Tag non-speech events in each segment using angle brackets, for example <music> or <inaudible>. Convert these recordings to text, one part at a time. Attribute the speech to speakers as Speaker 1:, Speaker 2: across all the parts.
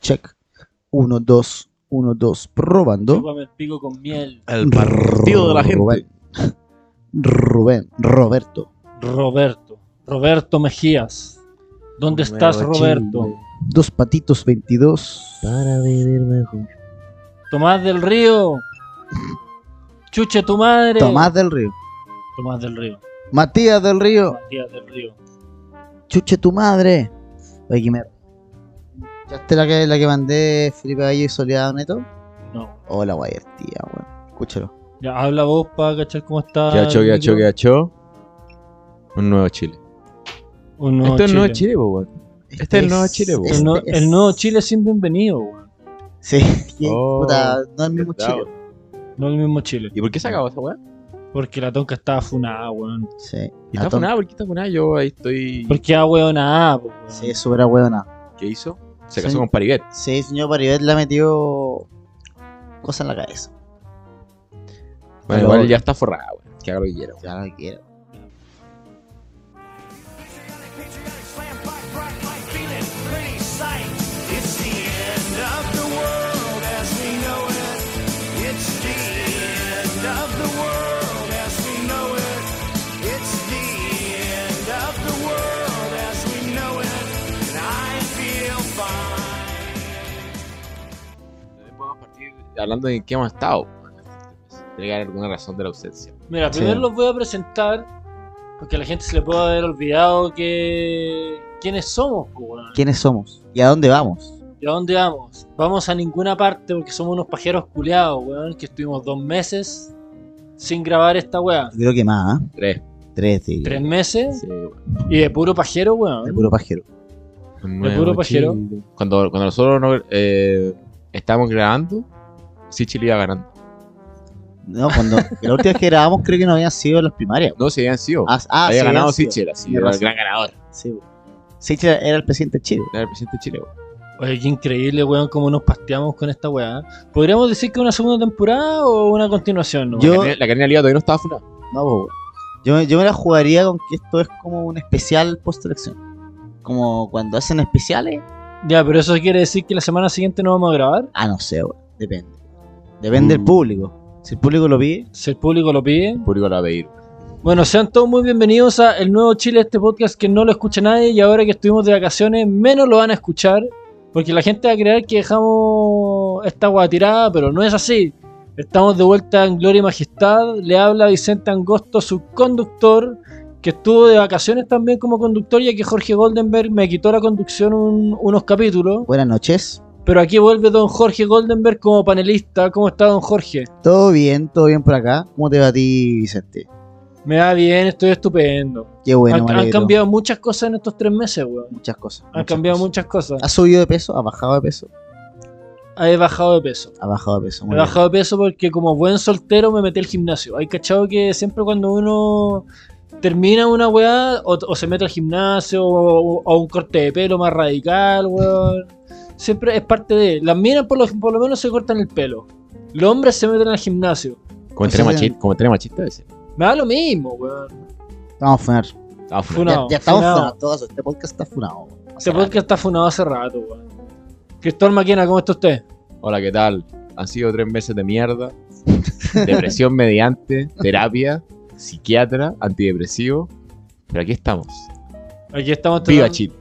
Speaker 1: Check. 1, 2, 1, 2. Probando.
Speaker 2: Chúpame el pico con miel.
Speaker 3: El partido de la gente.
Speaker 1: Rubén. Rubén. Roberto.
Speaker 2: Roberto. Roberto Mejías. ¿Dónde
Speaker 4: Número
Speaker 2: estás,
Speaker 4: 80.
Speaker 2: Roberto?
Speaker 1: Dos patitos 22.
Speaker 4: Para beber mejor.
Speaker 2: Tomás del Río. Chuche tu madre.
Speaker 1: Tomás del Río.
Speaker 2: Tomás del Río.
Speaker 1: Matías del Río.
Speaker 2: Matías del Río.
Speaker 1: Chuche tu madre. Oye, que me- ¿Ya está la que, la que mandé Felipe Gallo y Soledad Neto?
Speaker 2: No.
Speaker 1: Hola, guay, el tía, weón. Escúchalo.
Speaker 2: Ya habla vos para cachar cómo está.
Speaker 3: Que achó,
Speaker 2: el
Speaker 3: que achó,
Speaker 2: micro.
Speaker 3: que achó. Un nuevo Chile.
Speaker 2: Un nuevo
Speaker 3: este es el nuevo
Speaker 2: Chile.
Speaker 3: Chile, po, weón. Este es el nuevo Chile, po.
Speaker 1: este
Speaker 2: El, no-
Speaker 1: es-
Speaker 2: el nuevo Chile sin bienvenido, weón.
Speaker 1: Sí, que,
Speaker 3: Oh,
Speaker 1: puta, no es el mismo
Speaker 3: verdad,
Speaker 1: Chile.
Speaker 3: weón.
Speaker 2: No el mismo Chile.
Speaker 3: ¿Y por qué se acabó esa weá?
Speaker 2: Porque la tonca estaba funada, weón.
Speaker 1: Sí.
Speaker 3: ¿Y está
Speaker 1: Atón-
Speaker 3: funada? ¿Por qué está funada? Yo ahí estoy.
Speaker 2: Porque ah, weón, ah, po, weón.
Speaker 1: Sí, súper ahueonada.
Speaker 3: ¿Qué hizo? Se
Speaker 1: Sí.
Speaker 3: casó con Paribet.
Speaker 1: Sí, señor Paribet le ha metido cosas en la cabeza.
Speaker 3: Bueno,
Speaker 1: Pero-
Speaker 3: igual ya está forrada, weón. Que haga lo que quiera.
Speaker 1: Ya lo que quiera.
Speaker 3: También podemos partir hablando de en qué hemos estado. weón. Tiene que haber alguna razón de la ausencia.
Speaker 2: Mira,
Speaker 1: Sí.
Speaker 2: primero los voy a presentar. Porque a la gente se le puede haber olvidado que. ¿Quiénes somos, po, weón?
Speaker 1: ¿Quiénes somos? ¿Y a dónde vamos?
Speaker 2: ¿Y a dónde vamos? Vamos a ninguna parte porque somos unos pajeros culeados, weón. Que estuvimos dos meses sin grabar esta weá.
Speaker 1: Yo Creo que más, ¿ah?
Speaker 3: Tres.
Speaker 1: Tres, diría.
Speaker 2: Tres meses
Speaker 3: Sí, weón.
Speaker 2: y de puro pajero,
Speaker 1: De
Speaker 2: weón.
Speaker 1: puro pajero.
Speaker 3: Un
Speaker 2: De
Speaker 3: nuevo
Speaker 2: puro pajero.
Speaker 3: Chile. Cuando, cuando nosotros no, eh, estábamos grabando, sí Chile iba ganando.
Speaker 1: No, cuando. <laughs> la última vez que grabamos, creo que no habían sido las primarias.
Speaker 3: No, se habían sido.
Speaker 1: Ah, ah,
Speaker 3: había
Speaker 1: sí,
Speaker 3: ganado
Speaker 1: habían sido.
Speaker 3: Sichel, así,
Speaker 1: Tenía
Speaker 3: era el
Speaker 1: razón.
Speaker 3: gran ganador.
Speaker 1: Sí, po. Sichel era el presidente de Chile.
Speaker 3: Era el presidente de Chile, weón.
Speaker 2: Oye, qué increíble, weón, cómo nos pasteamos con esta weá. ¿Podríamos decir que una segunda temporada o una continuación, no?
Speaker 1: Yo-
Speaker 3: La carne- La carne liga todavía no estaba funada.
Speaker 1: No, po. Yo, yo me la jugaría con que esto es como un especial post-elección. Como cuando hacen especiales.
Speaker 2: Ya, pero eso quiere decir que la semana siguiente no vamos a grabar.
Speaker 1: Ah, no sé, weón. Depende. Depende del
Speaker 3: Mm.
Speaker 1: público. Si el público lo pide,
Speaker 2: Si el público lo pide.
Speaker 3: El público lo va a pedir.
Speaker 2: Bueno, sean todos muy bienvenidos a El Nuevo Chile, este podcast que no lo escucha nadie y ahora que estuvimos de vacaciones menos lo van a escuchar porque la gente va a creer que dejamos esta agua tirada, pero no es así. Estamos de vuelta en Gloria y Majestad, le habla Vicente Angosto, su conductor, que estuvo de vacaciones también como conductor ya que Jorge Goldenberg me quitó la conducción un- unos capítulos,
Speaker 1: buenas noches.
Speaker 2: pero aquí vuelve don Jorge Goldenberg como panelista. ¿Cómo está don Jorge?
Speaker 1: Todo bien, todo bien por acá. ¿Cómo te va a ti, Vicente?
Speaker 2: Me va bien, estoy estupendo.
Speaker 1: Qué bueno,
Speaker 2: han,
Speaker 1: me
Speaker 2: han
Speaker 1: alegro.
Speaker 2: cambiado muchas cosas en estos tres meses, weón.
Speaker 1: muchas cosas.
Speaker 2: Han cambiado
Speaker 1: muchas
Speaker 2: muchas cosas.
Speaker 1: cosas. ¿Has subido de peso? ¿Has bajado de peso?
Speaker 2: Ah, He bajado de peso.
Speaker 1: Ha bajado de peso. muy
Speaker 2: He
Speaker 1: bien.
Speaker 2: bajado de peso porque como buen soltero me metí al gimnasio. Hay cachado que siempre cuando uno termina una weá o, o se mete al gimnasio o, o un corte de pelo más radical, weón. Siempre es parte de... Las minas por lo, por lo menos se cortan el pelo. Los hombres se meten al gimnasio.
Speaker 3: Comentario
Speaker 1: Entonces-
Speaker 3: machista, comentario machista ese.
Speaker 2: Me da lo mismo, weón.
Speaker 1: Vamos a funar.
Speaker 3: Estaba funado.
Speaker 2: Funado,
Speaker 1: ya, ya estamos
Speaker 2: funado.
Speaker 1: funados. Todo eso. Este podcast está funado. <laughs>
Speaker 2: Este podcast está funado hace rato, weón. Cristóbal Maquena, ¿cómo está usted?
Speaker 3: Hola, ¿qué tal? Han sido tres meses de mierda. <laughs> Depresión mediante, terapia, psiquiatra, antidepresivo. Pero aquí estamos.
Speaker 2: Aquí estamos...
Speaker 3: Viva
Speaker 2: tratando-
Speaker 3: Chile.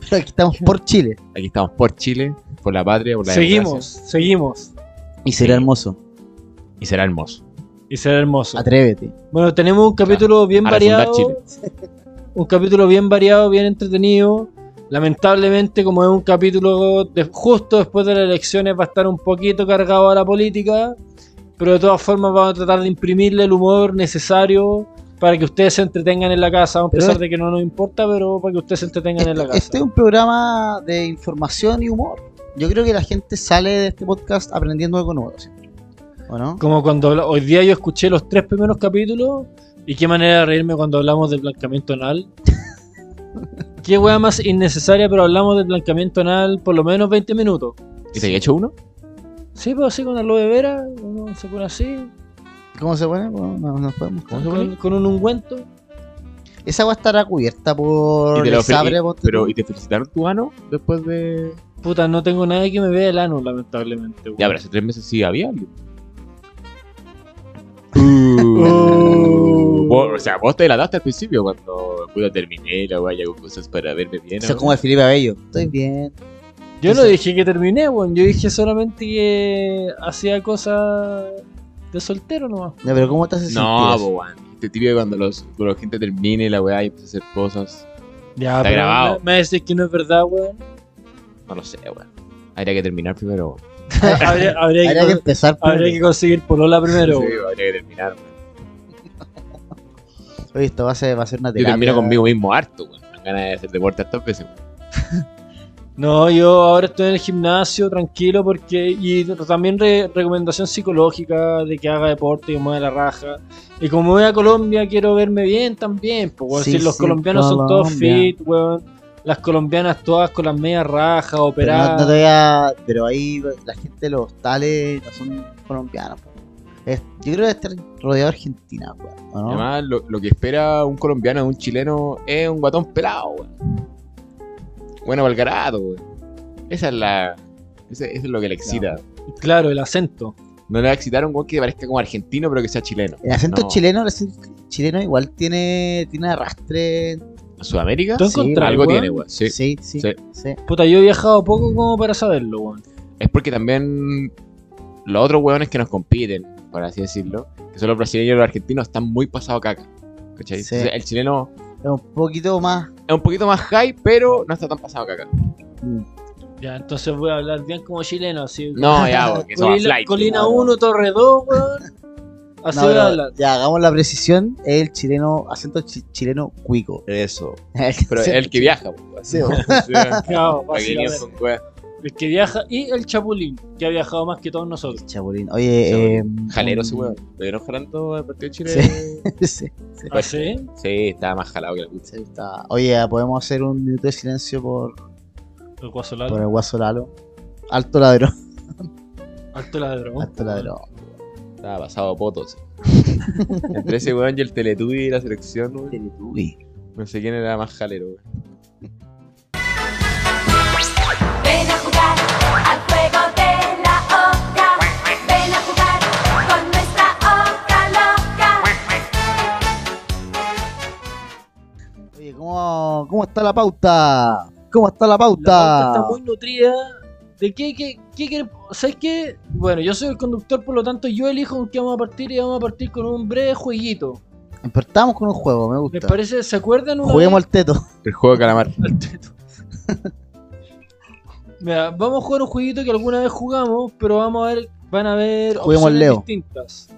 Speaker 1: Pero aquí estamos por Chile.
Speaker 3: Aquí estamos por Chile, por la patria, por la
Speaker 2: Seguimos,
Speaker 3: democracia.
Speaker 2: seguimos.
Speaker 1: Y será
Speaker 3: Sí.
Speaker 1: hermoso.
Speaker 3: Y será hermoso.
Speaker 2: y ser hermoso.
Speaker 1: Atrévete.
Speaker 2: Bueno, tenemos un capítulo bien
Speaker 3: a
Speaker 2: variado.
Speaker 3: refundar Chile.
Speaker 2: <laughs> Un capítulo bien variado, bien entretenido. Lamentablemente, como es un capítulo de- justo después de las elecciones, va a estar un poquito cargado a la política. Pero de todas formas, vamos a tratar de imprimirle el humor necesario para que ustedes se entretengan en la casa. A
Speaker 1: Pero
Speaker 2: pesar
Speaker 1: es-
Speaker 2: de que no nos importa, pero para que ustedes se entretengan en la
Speaker 1: Este,
Speaker 2: casa.
Speaker 1: este es un programa de información y humor. Yo creo que la gente sale de este podcast aprendiendo algo nuevo. ¿sí? ¿O no?
Speaker 2: Como cuando habla- hoy día yo escuché los tres primeros capítulos y qué manera de reírme cuando hablamos del blanqueamiento
Speaker 3: <laughs>
Speaker 2: anal. qué wea más innecesaria, pero hablamos del blanqueamiento anal por lo menos 20 minutos.
Speaker 3: ¿Y te he hecho uno?
Speaker 2: Sí, pero así con aloe vera, uno se pone así,
Speaker 1: ¿Cómo se pone? Bueno, no, no podemos.
Speaker 3: ¿Cómo se
Speaker 2: con,
Speaker 3: pone?
Speaker 2: con un ungüento.
Speaker 1: Esa agua estará cubierta por
Speaker 3: Y te lo
Speaker 1: el
Speaker 3: ofrecí,
Speaker 1: sabre. ponte
Speaker 3: Pero,
Speaker 1: tú.
Speaker 3: ¿y te felicitaron tu ano después de,
Speaker 2: Puta, no tengo nadie que me vea el ano, lamentablemente. weón.
Speaker 3: Ya, pero hace tres meses sí había alguien.
Speaker 2: Uh.
Speaker 3: Vos- o sea, vos te delataste al principio cuando puta, terminé la weá y hago cosas para verme bien.
Speaker 1: Eso
Speaker 3: ahora.
Speaker 1: es como el Felipe Abello. Estoy bien.
Speaker 2: Yo no
Speaker 1: Eso.
Speaker 2: dije que terminé, weón. Yo dije solamente que hacía cosas de soltero nomás.
Speaker 1: Ya, pero ¿cómo te haces
Speaker 3: No, po, weón. Este típico cuando los, cuando la gente termine la weá y empieza a hacer cosas.
Speaker 2: Ya,
Speaker 3: Está
Speaker 2: pero
Speaker 3: grabado.
Speaker 2: Me, me decís que no es verdad,
Speaker 3: <laughs>
Speaker 2: weón.
Speaker 3: No lo sé, weón. Habría que terminar primero. weón.
Speaker 2: habría, habría
Speaker 1: Habría que
Speaker 2: que,
Speaker 1: empezar por...
Speaker 2: habría que conseguir polola primero,
Speaker 3: Sí,
Speaker 2: weón.
Speaker 3: habría que terminar. weón.
Speaker 1: Oye, esto va a ser, va a ser una
Speaker 3: Yo
Speaker 1: terapia.
Speaker 3: termino conmigo mismo harto, weón. Me dan ganas de hacer deporte hartas veces, weón.
Speaker 2: No, yo ahora estoy en el gimnasio tranquilo porque. Y también re- recomendación psicológica de que haga deporte y mueva la raja. Y como voy a Colombia, quiero verme bien también. Pues, weón,
Speaker 1: Sí,
Speaker 2: si los
Speaker 1: sí,
Speaker 2: colombianos son todos
Speaker 1: Colombia.
Speaker 2: fit, weón. Las colombianas todas con las medias rajas,
Speaker 1: Pero, no,
Speaker 2: operadas.
Speaker 1: no te voy a- pero ahí la gente de los tales no son colombianos. po. Es- yo creo que debe estar rodeado de Argentina, weón. ¿o no?
Speaker 3: Además, lo, lo que espera un colombiano de un chileno es un guatón pelado, weón. Bueno, Valgarado, weón. Esa es la. Ese, eso es lo que le excita.
Speaker 2: Claro, el acento.
Speaker 3: No le va a excitar un weón que parezca como argentino, pero que sea chileno.
Speaker 1: El acento
Speaker 3: No.
Speaker 1: chileno, el acento chileno igual tiene, tiene arrastre.
Speaker 3: ¿A Sudamérica?
Speaker 2: ¿Tú
Speaker 1: Sí,
Speaker 2: encontrás,
Speaker 3: Algo
Speaker 2: weón?
Speaker 3: tiene, weón. Sí.
Speaker 1: Sí, sí, sí.
Speaker 3: sí.
Speaker 2: Puta, yo he viajado poco como para saberlo, weón.
Speaker 3: Es porque también los otros weones que nos compiten, por así decirlo, que son los brasileños y los argentinos, están muy pasados caca. ¿Cachai?
Speaker 1: Sí.
Speaker 3: Entonces, el chileno
Speaker 1: Es un poquito más.
Speaker 3: es un poquito más high, pero no está tan pasado caca.
Speaker 1: mm,
Speaker 2: Ya, entonces voy a hablar bien como chileno, así.
Speaker 3: No, ya, porque eso va
Speaker 2: Colina,
Speaker 3: flight.
Speaker 2: Colina
Speaker 1: claro.
Speaker 2: 1, Torre 2,
Speaker 1: <laughs>
Speaker 2: weón. Así
Speaker 1: no,
Speaker 2: voy
Speaker 1: pero
Speaker 2: a hablar.
Speaker 1: ya hagamos la precisión. Es el chileno, acento chi- chileno cuico. <laughs> Eso.
Speaker 3: Pero es el que viaja, pues, weón. <laughs>
Speaker 1: Sí, weón.
Speaker 3: Sí, weón.
Speaker 2: Chao,
Speaker 3: Para que
Speaker 2: básicamente.
Speaker 3: niños con weas.
Speaker 2: El que viaja y el Chapulín, que ha viajado más que todos nosotros.
Speaker 1: Chapulín. Oye,
Speaker 3: Chapulín.
Speaker 1: eh,
Speaker 3: Jalero
Speaker 1: un-
Speaker 3: ese weón. ¿Lo vieron jalando al partido de Chile?
Speaker 1: Sí.
Speaker 3: Sí.
Speaker 1: em, <laughs> sí,
Speaker 2: ¿Ah, sí?
Speaker 3: estaba más jalado que la puta.
Speaker 1: sí, está. Oye, podemos hacer un minuto de silencio por,
Speaker 2: El guaso
Speaker 1: por
Speaker 2: Lalo.
Speaker 1: el guaso Lalo. Alto ladrón.
Speaker 2: Alto
Speaker 3: Oh.
Speaker 2: ladrón.
Speaker 1: Alto ladrón.
Speaker 3: Estaba pasado potos. Entre ese weón y el Teletubby de la selección, weón.
Speaker 1: Teletubby.
Speaker 3: No sé quién era más jalero, weón.
Speaker 4: Ven a jugar al juego de la oca. Ven a jugar con nuestra oca loca.
Speaker 1: Oye, ¿cómo, ¿cómo está la pauta? ¿Cómo está la
Speaker 2: La pauta
Speaker 1: pauta?
Speaker 2: está muy nutrida. ¿De qué, qué, qué, qué- ¿Sabes qué? Bueno, yo soy el conductor, por lo tanto yo elijo con qué vamos a partir y vamos a partir con un breve jueguito.
Speaker 1: Partamos con un juego, me
Speaker 2: ¿Les
Speaker 1: gusta.
Speaker 2: parece? ¿Se acuerdan? una
Speaker 1: Juguemos al teto.
Speaker 3: El juego de calamar.
Speaker 1: Ah.
Speaker 2: Al teto.
Speaker 1: <laughs>
Speaker 2: Mira, vamos a jugar un jueguito que alguna vez jugamos, pero vamos a ver, van a ver
Speaker 1: Juguemos
Speaker 2: opciones
Speaker 1: Leo.
Speaker 2: distintas.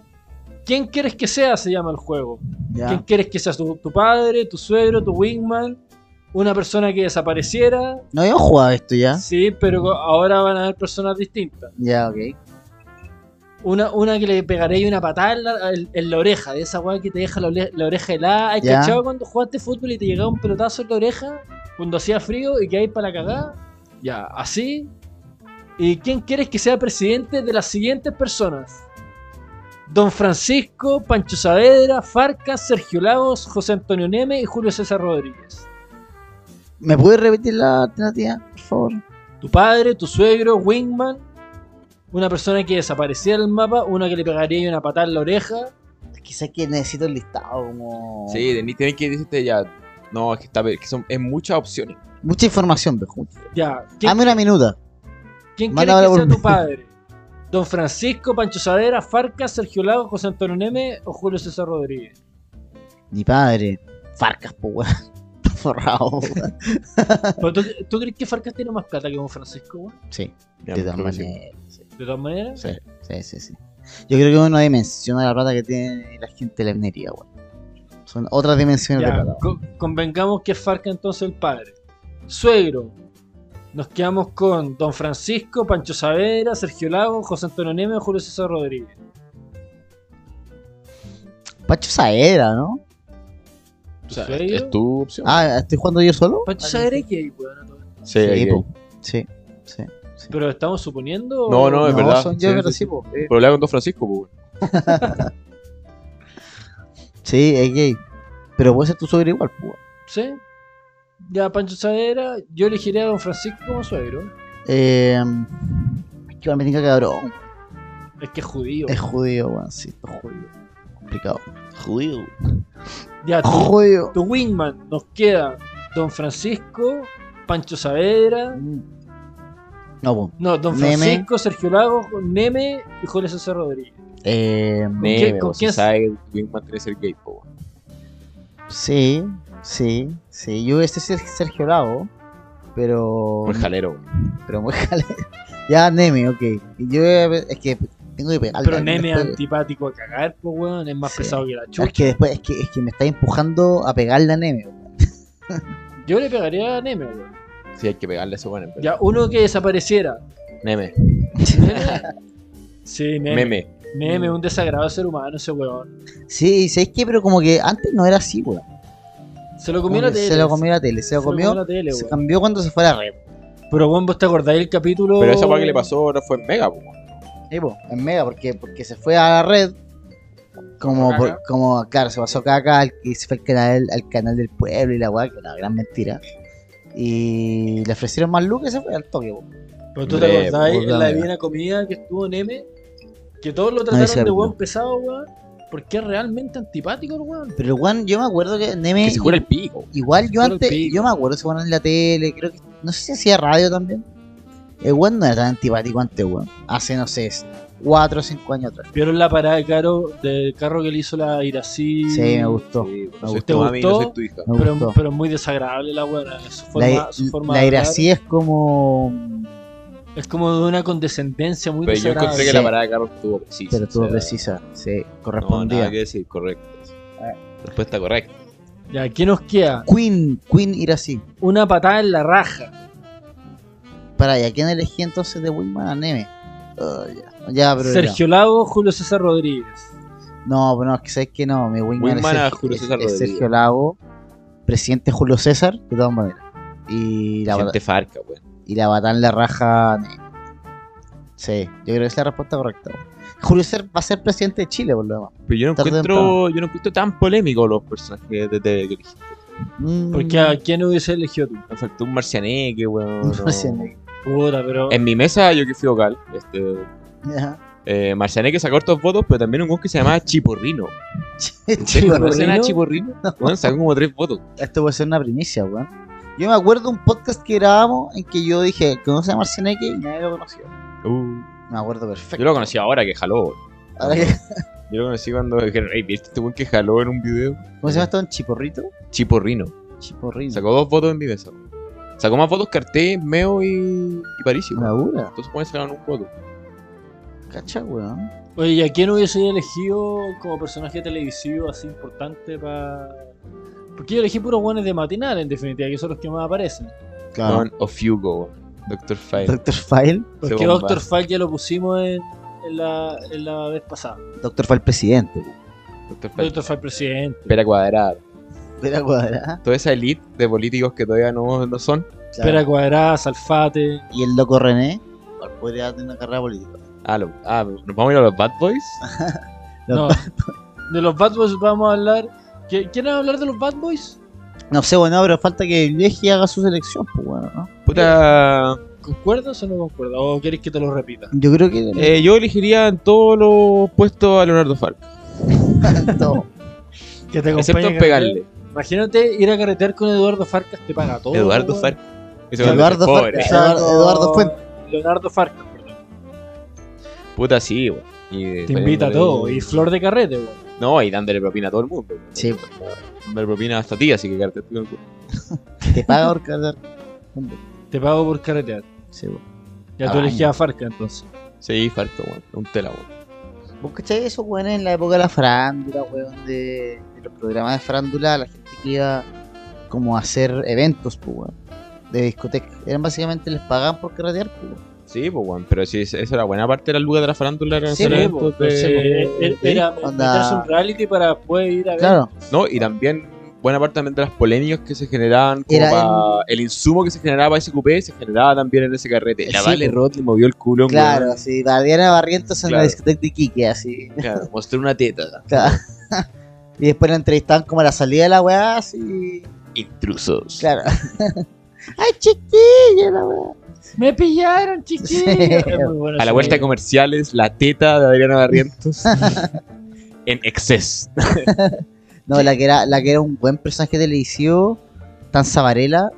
Speaker 2: ¿Quién quieres que sea? Se llama el juego. ¿Quién
Speaker 1: Ya.
Speaker 2: quieres que seas? ¿Tu, tu padre, tu suegro, tu wingman? ¿Una persona que desapareciera?
Speaker 1: No habíamos jugado esto ya.
Speaker 2: Sí, pero ahora van a haber personas distintas.
Speaker 1: Ya, ok.
Speaker 2: Una, una que le pegaré y una patada en la, en- en la oreja, de esa weá que te deja la, ole- la oreja helada. ¿Has
Speaker 1: Ya.
Speaker 2: cachado cuando jugaste fútbol y te llegaba un pelotazo en la oreja? Cuando hacía frío y que hay para la cagada. Ya, así. ¿Y quién quieres que sea presidente de las siguientes personas? Don Francisco, Pancho Saavedra, Farcas, Sergio Lagos, José Antonio Neme y Julio César Rodríguez.
Speaker 1: ¿Me puedes repetir la alternativa, por favor?
Speaker 2: Tu padre, tu suegro, Wingman. Una persona que desaparecía del mapa, una que le pegaría y una patada en la oreja.
Speaker 1: Quizás que necesito el listado como...
Speaker 3: Sí, tenés tenés que decirte ya. No, es que, está, es que son es muchas opciones.
Speaker 1: Mucha información, Bejú.
Speaker 2: Ya, ¿quién,
Speaker 1: Dame una minuta.
Speaker 2: ¿quién
Speaker 1: manda
Speaker 2: quieres que
Speaker 1: ahora
Speaker 2: sea
Speaker 1: por
Speaker 2: tu
Speaker 1: mí.
Speaker 2: padre? ¿Don Francisco, Pancho Sadera, Farca, Sergio Lago, José Antonio Neme o Julio César Rodríguez?
Speaker 1: <laughs> Mi padre. Farcas, po, weón. <laughs> Está forrado, weón.
Speaker 2: Pero ¿Tú, tú crees que Farcas tiene más plata que Don Francisco? weón?
Speaker 1: Sí,
Speaker 3: Ya,
Speaker 1: de todas
Speaker 3: creo que sí.
Speaker 1: maneras. Sí.
Speaker 2: De todas maneras.
Speaker 3: Sí.
Speaker 1: sí, sí, sí. Yo creo que es una dimensión de la plata que tiene la gente de la minería, weón. Son otras dimensiones de
Speaker 2: Ya,
Speaker 1: plata.
Speaker 2: co- convengamos que es Farca entonces el padre. Suegro. Nos quedamos con Don Francisco, Pancho Savera, Sergio Lago, José Antonio Neme o Julio César Rodríguez.
Speaker 1: weón. Pacho Saera, ¿no?
Speaker 3: O sea,
Speaker 2: ¿Suegro?
Speaker 3: es tu opción.
Speaker 1: Ah, ¿estoy jugando yo solo?
Speaker 2: Pancho
Speaker 1: Ah,
Speaker 2: Savera es gay, weón.
Speaker 3: sí,
Speaker 1: Sí,
Speaker 3: ahí,
Speaker 1: po.
Speaker 3: ahí.
Speaker 1: Sí, sí.
Speaker 2: Pero estamos suponiendo.
Speaker 3: No, no, es
Speaker 1: No,
Speaker 3: verdad.
Speaker 1: son yo,
Speaker 3: Sí,
Speaker 1: pero
Speaker 3: sí,
Speaker 1: sí, po. Eh,
Speaker 3: Pero le hago con Don Francisco, po, weón.
Speaker 1: Sí, es gay. Pero puede ser tu suegro igual, po.
Speaker 2: ¿Sí? Ya Pancho Savera, yo elegiría a Don Francisco como suegro.
Speaker 1: Eh, es que igual me tinca cabrón.
Speaker 2: Es que es judío.
Speaker 1: Es judío, weón, sí, es judío. Complicado. Judío.
Speaker 2: Ya, tu,
Speaker 1: Judío.
Speaker 2: tu wingman nos queda Don Francisco, Pancho Saavedra.
Speaker 1: Mm. No, pues.
Speaker 2: No, Don
Speaker 1: Neme.
Speaker 2: Francisco, Sergio Lago, Neme y Julio César Rodríguez.
Speaker 1: Eh,
Speaker 3: Neme,
Speaker 2: con
Speaker 3: vos
Speaker 2: quién-
Speaker 3: sabes que Wingman tiene que ser gay, po, weón.
Speaker 1: sí, sí, sí. Yo este es Sergio Lago, pero.
Speaker 3: Por jalero, weón.
Speaker 1: Pero muy jalero. <laughs> Ya, Neme, ok. Y Yo eh, es que tengo que pegarle.
Speaker 2: Pero Neme es
Speaker 1: después-
Speaker 2: antipático a cagar, pues weón, es más
Speaker 1: Sí.
Speaker 2: pesado que la
Speaker 1: No,
Speaker 2: chucha.
Speaker 1: es que después es que, es que me está empujando a pegarle a Neme. weón.
Speaker 2: Yo le pegaría a Neme, weón.
Speaker 3: Sí, hay que pegarle a ese weón. en verdad.
Speaker 2: Ya, uno que desapareciera.
Speaker 3: Neme.
Speaker 2: sí, Neme.
Speaker 3: Meme.
Speaker 2: Neme, un desagradable ser humano ese weón.
Speaker 1: Sí, ¿sabes qué? Pero como que antes no era así, weón.
Speaker 2: Se lo
Speaker 1: Como
Speaker 2: comió la
Speaker 1: que
Speaker 2: tele.
Speaker 1: Se lo comió la tele, se lo comió.
Speaker 2: la tele,
Speaker 1: Se
Speaker 2: weón.
Speaker 1: cambió cuando se fue a la red.
Speaker 2: Pero weón, vos te acordáis el capítulo.
Speaker 3: Pero esa weá que le pasó ahora fue en Mega, po, weón.
Speaker 1: Sí, po, en Mega, porque, porque se fue a la red. Como,
Speaker 3: Caca.
Speaker 1: por- como claro, se pasó caca al- y se fue al canal, al canal del pueblo y la weá, que era una gran mentira. Y le ofrecieron más lucas y se fue al toque, pues. po.
Speaker 2: Pero tú te
Speaker 3: Neme,
Speaker 2: acordáis
Speaker 1: puta
Speaker 2: en la
Speaker 1: mega.
Speaker 2: divina comida que estuvo Neme. Que todos lo
Speaker 1: es
Speaker 2: trataron de
Speaker 1: cierto.
Speaker 2: weón pesado, weón. Porque es realmente antipático el weón.
Speaker 1: Pero weón, yo me acuerdo que Neme.
Speaker 3: Que se cura el pico. weón.
Speaker 1: Igual yo
Speaker 2: Solo el
Speaker 1: antes,
Speaker 2: pico.
Speaker 1: yo me acuerdo, se ponían en la tele, creo que, no sé si hacía radio también. El weón no era tan antipático antes, weón. Hace, no sé, 4 o 5 años atrás.
Speaker 2: ¿Vieron la parada de carro, del carro que le hizo la Irací?
Speaker 1: Sí, me gustó.
Speaker 3: Sí, weón,
Speaker 1: Me
Speaker 3: no soy
Speaker 1: gustó.
Speaker 3: tu mami, no
Speaker 2: ¿Te
Speaker 3: soy tu hija.
Speaker 1: Me
Speaker 2: Pero,
Speaker 1: gustó.
Speaker 2: pero muy desagradable la weá. Su forma,
Speaker 1: la
Speaker 2: su forma
Speaker 1: la
Speaker 2: de hablar
Speaker 1: Iracy es como.
Speaker 2: es como de una condescendencia muy
Speaker 3: Pero yo
Speaker 2: desagradable.
Speaker 3: encontré que
Speaker 1: Sí.
Speaker 3: la parada de carro estuvo precisa.
Speaker 1: Pero estuvo
Speaker 3: o sea,
Speaker 1: precisa, sí,
Speaker 3: No, nada
Speaker 1: correspondía.
Speaker 3: que decir, correcto.
Speaker 1: Ah.
Speaker 3: Respuesta correcta.
Speaker 2: Ya, aquí nos queda
Speaker 1: Queen, Queen Iracy.
Speaker 2: una patada en la raja.
Speaker 1: Para, ¿y a quién elegí entonces de Wingman a Neme? Ah, ya. ya, pero. ya.
Speaker 2: Sergio Lago, Julio César Rodríguez.
Speaker 1: No, pero no, es que sabes que no, mi Wingman,
Speaker 3: Wingman
Speaker 1: es,
Speaker 3: a
Speaker 1: Sergio,
Speaker 3: Julio
Speaker 1: es-
Speaker 3: César
Speaker 1: es
Speaker 3: Rodríguez.
Speaker 1: Sergio Lago, presidente Julio César, de todas maneras. Y la,
Speaker 3: Gente farca, weón.
Speaker 1: y la batalla en la raja. ne. Sí, yo creo que es la respuesta correcta. weón. Julio César va a ser presidente de Chile, por lo demás.
Speaker 3: Pero yo no
Speaker 1: Tarde o
Speaker 3: encuentro, yo no encuentro tan polémico los personajes de, de, de- que elegiste.
Speaker 1: Mm,
Speaker 2: Porque a quién hubiese elegido tú.
Speaker 3: Me faltó un marcianeque, weón.
Speaker 1: Un marcianeque.
Speaker 2: Puta, pero.
Speaker 3: En mi mesa yo que fui vocal, este,
Speaker 1: <laughs> ya.
Speaker 3: eh, marcianeque sacó estos votos, pero también un weón que se llamaba Chiporrino. ¿Ustedes
Speaker 1: Chico,
Speaker 3: conocen a
Speaker 2: ¿Chiporrino?
Speaker 3: Chiporrino? Weón, sacó como tres votos.
Speaker 1: Esto puede ser una primicia, weón. Yo me acuerdo un podcast que grabamos en que yo dije, ¿conoce a Marcianeque? Y nadie lo conoció.
Speaker 3: Uh,
Speaker 1: Me acuerdo
Speaker 3: yo
Speaker 1: perfecto.
Speaker 3: lo conocí ahora que jaló. weón.
Speaker 1: Ahora que-
Speaker 3: Yo lo conocí cuando <laughs> dijeron, hey, ¿viste este weón que jaló en un video?
Speaker 1: ¿Cómo se llama esto? ¿Un chiporrito?
Speaker 3: Chiporrino.
Speaker 1: Chiporrino.
Speaker 3: Sacó dos votos en mi mesa. weón. Sacó más votos que Arte, Meo y, y Parisi.
Speaker 1: Una
Speaker 3: weón.
Speaker 1: dura.
Speaker 3: Entonces pueden sacar un voto.
Speaker 1: Cacha, weón.
Speaker 2: Oye, ¿y a quién hubiese elegido como personaje televisivo así importante para.? Porque yo elegí puros guanes de matinal, en definitiva, que son los que más aparecen.
Speaker 1: Claro.
Speaker 3: Don of Hugo, weón. Dr. File.
Speaker 1: Ah. Doctor File.
Speaker 2: Porque
Speaker 3: Se bomba.
Speaker 2: Doctor Fall ya lo pusimos en, en la, en la vez pasada.
Speaker 1: Doctor File presidente. weón.
Speaker 3: Dr. File.
Speaker 2: Doctor Fall presidente.
Speaker 3: Pera Cuadrada.
Speaker 1: De la cuadra.
Speaker 3: Toda esa elite de políticos que todavía no, no son.
Speaker 2: Pera Cuadrada, Salfate.
Speaker 1: Y el loco René. igual Podría tener una carrera política.
Speaker 3: Ah, lo- ah, nos vamos a ir a los Bad Boys.
Speaker 1: Los
Speaker 2: No. De los Bad Boys vamos a hablar. ¿Qui- ¿Quieren hablar de los Bad Boys?
Speaker 1: <laughs> No sé, bueno, pero falta que el Vieji haga su selección, pues bueno, ¿no?
Speaker 3: Puta.
Speaker 2: ¿Concuerdas o no concuerdas? ¿O queréis que te lo repita?
Speaker 1: Yo creo que <laughs>
Speaker 3: eh, yo elegiría en todos los puestos a Leonardo Falca.
Speaker 1: todo.
Speaker 2: Que te
Speaker 3: Excepto en pegarle.
Speaker 2: Imagínate ir a carretear con Eduardo Farcas, te paga todo.
Speaker 3: Eduardo
Speaker 2: weón.
Speaker 3: Falca. Ese
Speaker 1: Eduardo
Speaker 3: weón es
Speaker 1: Falca.
Speaker 3: pobre.
Speaker 1: Eduardo- Eduardo Fuentes.
Speaker 2: Leonardo Farcas, perdón.
Speaker 3: Puta, sí, weón. Y,
Speaker 2: Te invita a todo. Y flor de carrete, weón.
Speaker 3: No, y dándole propina a todo el mundo. weón.
Speaker 1: Sí, pues,
Speaker 3: Dándole propina hasta a ti, así que quédate tú con el culo.
Speaker 1: te paga por <laughs> cargar. Hombre,
Speaker 2: Te pago por carretear.
Speaker 1: Sí, weón.
Speaker 2: Ya
Speaker 3: Ah,
Speaker 2: tú
Speaker 3: vamos.
Speaker 2: elegías a Farcas entonces.
Speaker 3: Sí, Falca, weón. Un tela, weón.
Speaker 1: ¿Vos cacháis eso, weón? En la época de la farándula, weón, de, de los programas de farándula, la gente que iba como a hacer eventos, pues, weón, de discoteca. Eran básicamente les pagaban por carretear, pues, weón.
Speaker 3: Sí, pues, weón. Pero sí, esa era buena parte de la luga de la farándula. eran
Speaker 1: Sí,
Speaker 3: hacer
Speaker 1: pues,
Speaker 3: eventos de-
Speaker 2: Entonces, eh, eh, era
Speaker 1: onda-
Speaker 2: meterse un reality para poder ir a ver.
Speaker 1: Claro,
Speaker 3: No, y también buena parte también de las polémicas que se generaban, como
Speaker 1: Era
Speaker 3: pa- el... insumo que se generaba para ese cupé se generaba también en ese carrete. La
Speaker 1: Sí,
Speaker 3: Vale
Speaker 1: po.
Speaker 3: Roth le movió el culo, a un
Speaker 1: claro,
Speaker 3: weón.
Speaker 1: así, Diana Barrientos en la
Speaker 3: Claro.
Speaker 1: discoteca de Iquique, así.
Speaker 3: Claro, mostró una teta.
Speaker 1: Claro. <laughs> y después la entrevistaban como a la salida de la weá, así.
Speaker 3: Intrusos.
Speaker 1: Claro. ¡Ay, chiquilla! La weá.
Speaker 2: Me pillaron,
Speaker 1: Sí. <laughs>
Speaker 2: chiquillo. Es muy bueno
Speaker 3: A la
Speaker 2: ese
Speaker 3: vuelta de
Speaker 2: video.
Speaker 3: comerciales, la teta de Adriana Barrientos.
Speaker 1: <laughs>
Speaker 3: en exceso.
Speaker 1: No, la que, era, la que era un buen personaje televisivo, Tan Varela,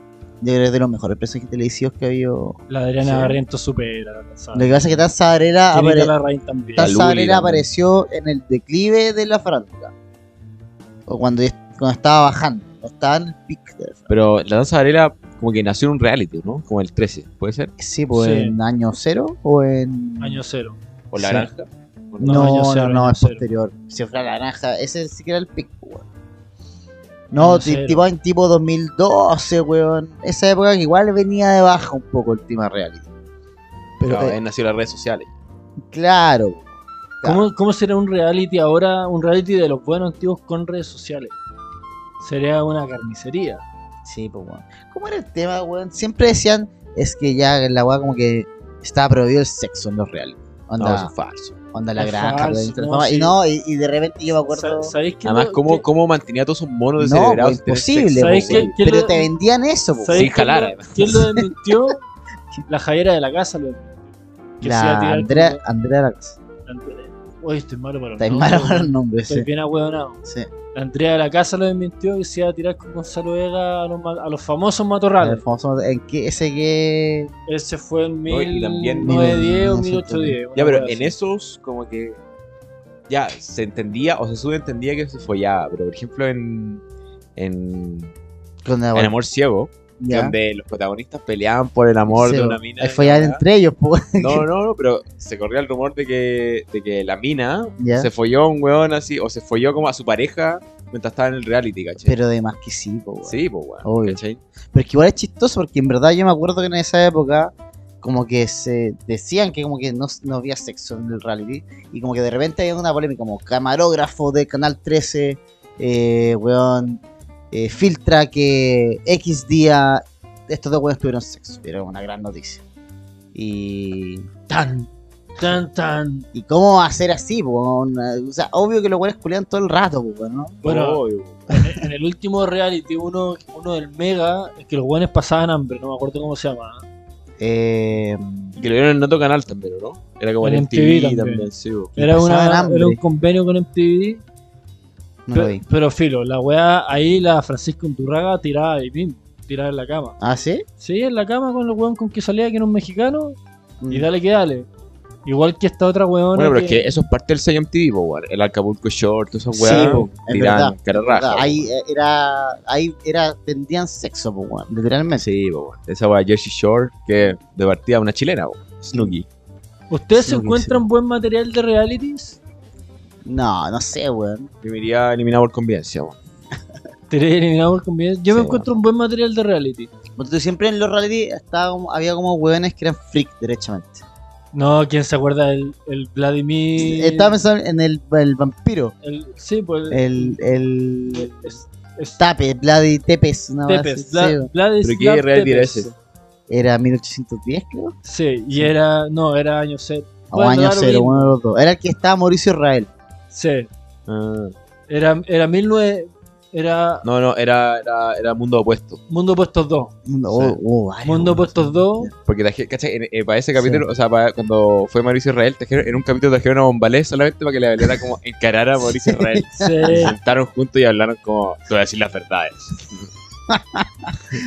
Speaker 1: yo creo que es de los mejores personajes televisivos que ha habido.
Speaker 2: La Adriana
Speaker 1: Sí.
Speaker 2: Barrientos supera. la
Speaker 1: Lo que pasa es que Tan Varela,
Speaker 2: Tiene
Speaker 1: apare-
Speaker 2: que la Rain también.
Speaker 1: Tan
Speaker 3: Luli
Speaker 1: Varela
Speaker 3: también.
Speaker 1: apareció en el declive de la farándula. O cuando, es- cuando estaba bajando, cuando estaba en el pic. de la farándula.
Speaker 3: Pero la danza Varela como que nació en un reality, ¿no? Como el 13, ¿puede ser?
Speaker 1: Sí, pues
Speaker 2: Sí.
Speaker 1: en año cero o en.
Speaker 2: Año cero.
Speaker 3: O la
Speaker 1: Sí.
Speaker 3: granja.
Speaker 1: No,
Speaker 2: No,
Speaker 1: no,
Speaker 2: año cero,
Speaker 1: no,
Speaker 2: año
Speaker 1: es
Speaker 2: cero.
Speaker 1: posterior. Si fuera la naranja, ese sí que era el pic, weón. No,
Speaker 2: Año
Speaker 1: ti-
Speaker 2: cero.
Speaker 1: tipo, en tipo 2012, weón. Esa época que igual venía de baja un poco el tema reality. Pero
Speaker 3: Pero
Speaker 1: eh,
Speaker 3: nació en las redes sociales.
Speaker 1: claro,
Speaker 2: ¿Cómo, ¿Cómo será un reality ahora? Un reality de los buenos antiguos con redes sociales. Sería una carnicería.
Speaker 1: sí, pues weón. ¿Cómo era el tema, weón? Siempre decían, es que ya la weá como que estaba prohibido el sexo en los reality.
Speaker 3: No,
Speaker 1: Onda,
Speaker 3: eso es
Speaker 2: Ah.
Speaker 3: falso.
Speaker 1: onda la
Speaker 2: es
Speaker 1: granja,
Speaker 2: falso,
Speaker 1: weón, entre
Speaker 2: no,
Speaker 1: fama. Y
Speaker 2: sí.
Speaker 1: no, y, y de repente yo me acuerdo.
Speaker 2: Sa- ¿Sabéis qué?
Speaker 3: Además,
Speaker 2: lo-
Speaker 3: ¿cómo,
Speaker 2: qué-
Speaker 3: cómo mantenía todos sus monos
Speaker 1: No,
Speaker 3: descerebrados?
Speaker 1: pues, imposible,
Speaker 2: ¿Sabes
Speaker 1: pues,
Speaker 2: qué-
Speaker 1: weón.
Speaker 2: qué
Speaker 1: Pero
Speaker 2: lo-
Speaker 1: te vendían eso, pues,
Speaker 2: ¿sabéis
Speaker 3: sin
Speaker 2: quién
Speaker 3: jalar,
Speaker 2: lo-
Speaker 3: además.
Speaker 2: ¿Quién
Speaker 1: <laughs>
Speaker 2: lo desmintió? La Javiera de la casa lo desmintió. Que se iba a
Speaker 1: La
Speaker 2: tirar
Speaker 1: Andrea,
Speaker 2: como-
Speaker 1: Andrea de la casa.
Speaker 2: Oye, estoy malo para los
Speaker 1: Está
Speaker 2: nombres,
Speaker 1: mal para los
Speaker 2: weón.
Speaker 1: nombres,
Speaker 2: Estoy
Speaker 1: sí.
Speaker 2: bien ahueonado.
Speaker 1: sí.
Speaker 2: La Andrea de la casa lo desmintió y se iba a tirar con Gonzalo Vega a los, ma- a los famosos matorrales.
Speaker 1: El famoso- ¿en qué- ese que.
Speaker 2: Ese fue en
Speaker 3: No, y también-
Speaker 2: 1910 o
Speaker 1: 1910,
Speaker 2: 1810.
Speaker 3: Ya, pero
Speaker 2: una
Speaker 3: en este-
Speaker 2: wea
Speaker 3: esos, como que. Ya se entendía o se subentendía que se follaba. Pero, por ejemplo, en. En,
Speaker 1: Ah, Con la-
Speaker 3: en Amor Ciego, donde los protagonistas peleaban por el amor de una mina. y
Speaker 1: Ahí
Speaker 3: la
Speaker 1: follaban
Speaker 3: weá.
Speaker 1: entre ellos, pues.
Speaker 3: No, no, no, pero se corría el rumor de que, de que la mina
Speaker 1: Ya.
Speaker 3: se folló a un weón así, o se folló como a su pareja mientras estaba en el reality, ¿cachai?
Speaker 1: Pero de más que sí, po, weón.
Speaker 3: sí, pues weón,
Speaker 1: Obvio.
Speaker 3: ¿cachai?
Speaker 1: Pero es que igual es chistoso porque en verdad yo me acuerdo que en esa época como que se decían que como que no, no había sexo en el reality y como que de repente había una polémica como camarógrafo de Canal 13, eh, weón, eh, filtra que X día estos dos weones tuvieron sexo. Era una gran noticia. Y
Speaker 2: Tan, tan, tan.
Speaker 1: ¿Y cómo va a ser así, po? Una- O sea, obvio que los buenos culean todo el rato, po, ¿no?
Speaker 2: Bueno,
Speaker 3: Obvio.
Speaker 2: en, en el último reality, uno, uno del Mega, es que los buenos pasaban hambre, no me acuerdo cómo se llama.
Speaker 1: Eh,
Speaker 3: Que lo vieron en otro canal también, ¿o ¿no? Era como
Speaker 2: En
Speaker 3: en
Speaker 2: MTV
Speaker 3: MTV,
Speaker 2: también.
Speaker 3: también, sí, po.
Speaker 2: Era,
Speaker 1: pasaban
Speaker 2: una,
Speaker 1: hambre.
Speaker 2: era un convenio con MTV.
Speaker 1: no
Speaker 2: pe-
Speaker 1: lo vi.
Speaker 2: pero filo, la weá ahí, la Francisco Unturraga tiraba ahí mismo, tiraba en la cama.
Speaker 1: ¿Ah, sí?
Speaker 2: Sí, en la cama con el weón con que salía, que era un mexicano, y
Speaker 1: Mm.
Speaker 2: dale que dale. Igual que esta otra weona.
Speaker 3: Bueno, pero es que eso es parte del sello MTV, po, weón. El Acapulco Short, todas esas
Speaker 1: Sí,
Speaker 3: weas.
Speaker 1: po, es verdad,
Speaker 3: tiran cara raja. po.
Speaker 1: Ahí eh, era. Ahí era. Vendían sexo, po, weón, literalmente.
Speaker 3: Sí, po, weón. Esa wea Jersey Shore, que de partida una chilena, po. Snooki.
Speaker 2: ¿Ustedes
Speaker 1: Sí, buenísimo.
Speaker 2: encuentran buen material de realities?
Speaker 1: No, no sé, weón.
Speaker 3: Yo me iría eliminado por convivencia, po.
Speaker 2: Te he eliminado por convivencia. Yo me
Speaker 3: Sí,
Speaker 2: encuentro un buen material de reality.
Speaker 1: Porque tú siempre en los reality estaba como- había como weones que eran freak, derechamente.
Speaker 2: No, ¿quién se acuerda del el Vladimir?
Speaker 1: eh, Estaba Eh, pensando en el, el vampiro.
Speaker 2: el- sí, pues.
Speaker 1: El. el
Speaker 2: es- es-
Speaker 1: Tape, Vladi Tepes, una weá
Speaker 2: Tepes,
Speaker 1: así,
Speaker 2: Vla-
Speaker 1: sí, weón.
Speaker 2: Vladislav
Speaker 3: ¿Pero qué reality era
Speaker 2: Tepes.
Speaker 3: ese?
Speaker 1: Era 1810, creo.
Speaker 2: Sí, y era. No, era año set.
Speaker 1: o
Speaker 2: Bueno,
Speaker 1: año
Speaker 2: da lo
Speaker 1: cero,
Speaker 2: mismo.
Speaker 1: uno de los dos. Era el que estaba Mauricio Israel.
Speaker 2: Sí,
Speaker 3: Ah.
Speaker 2: era, era 19. Era
Speaker 3: No, no, era, era, era mundo opuesto.
Speaker 2: Mundo Puestos 2.
Speaker 1: Mundo,
Speaker 3: Sí.
Speaker 1: oh, oh, varios,
Speaker 2: Mundo
Speaker 1: weón.
Speaker 2: Puestos 2.
Speaker 3: Porque traje- ¿cachai? En- eh, para ese capítulo, o sea, para- cuando fue Mauricio Israel, trajeron- en un capítulo trajeron a Bombalé solamente para que la velera como encarara
Speaker 1: <laughs>
Speaker 3: a Mauricio Israel.
Speaker 2: Sí.
Speaker 3: Se sentaron juntos y hablaron como, te voy a decir las verdades.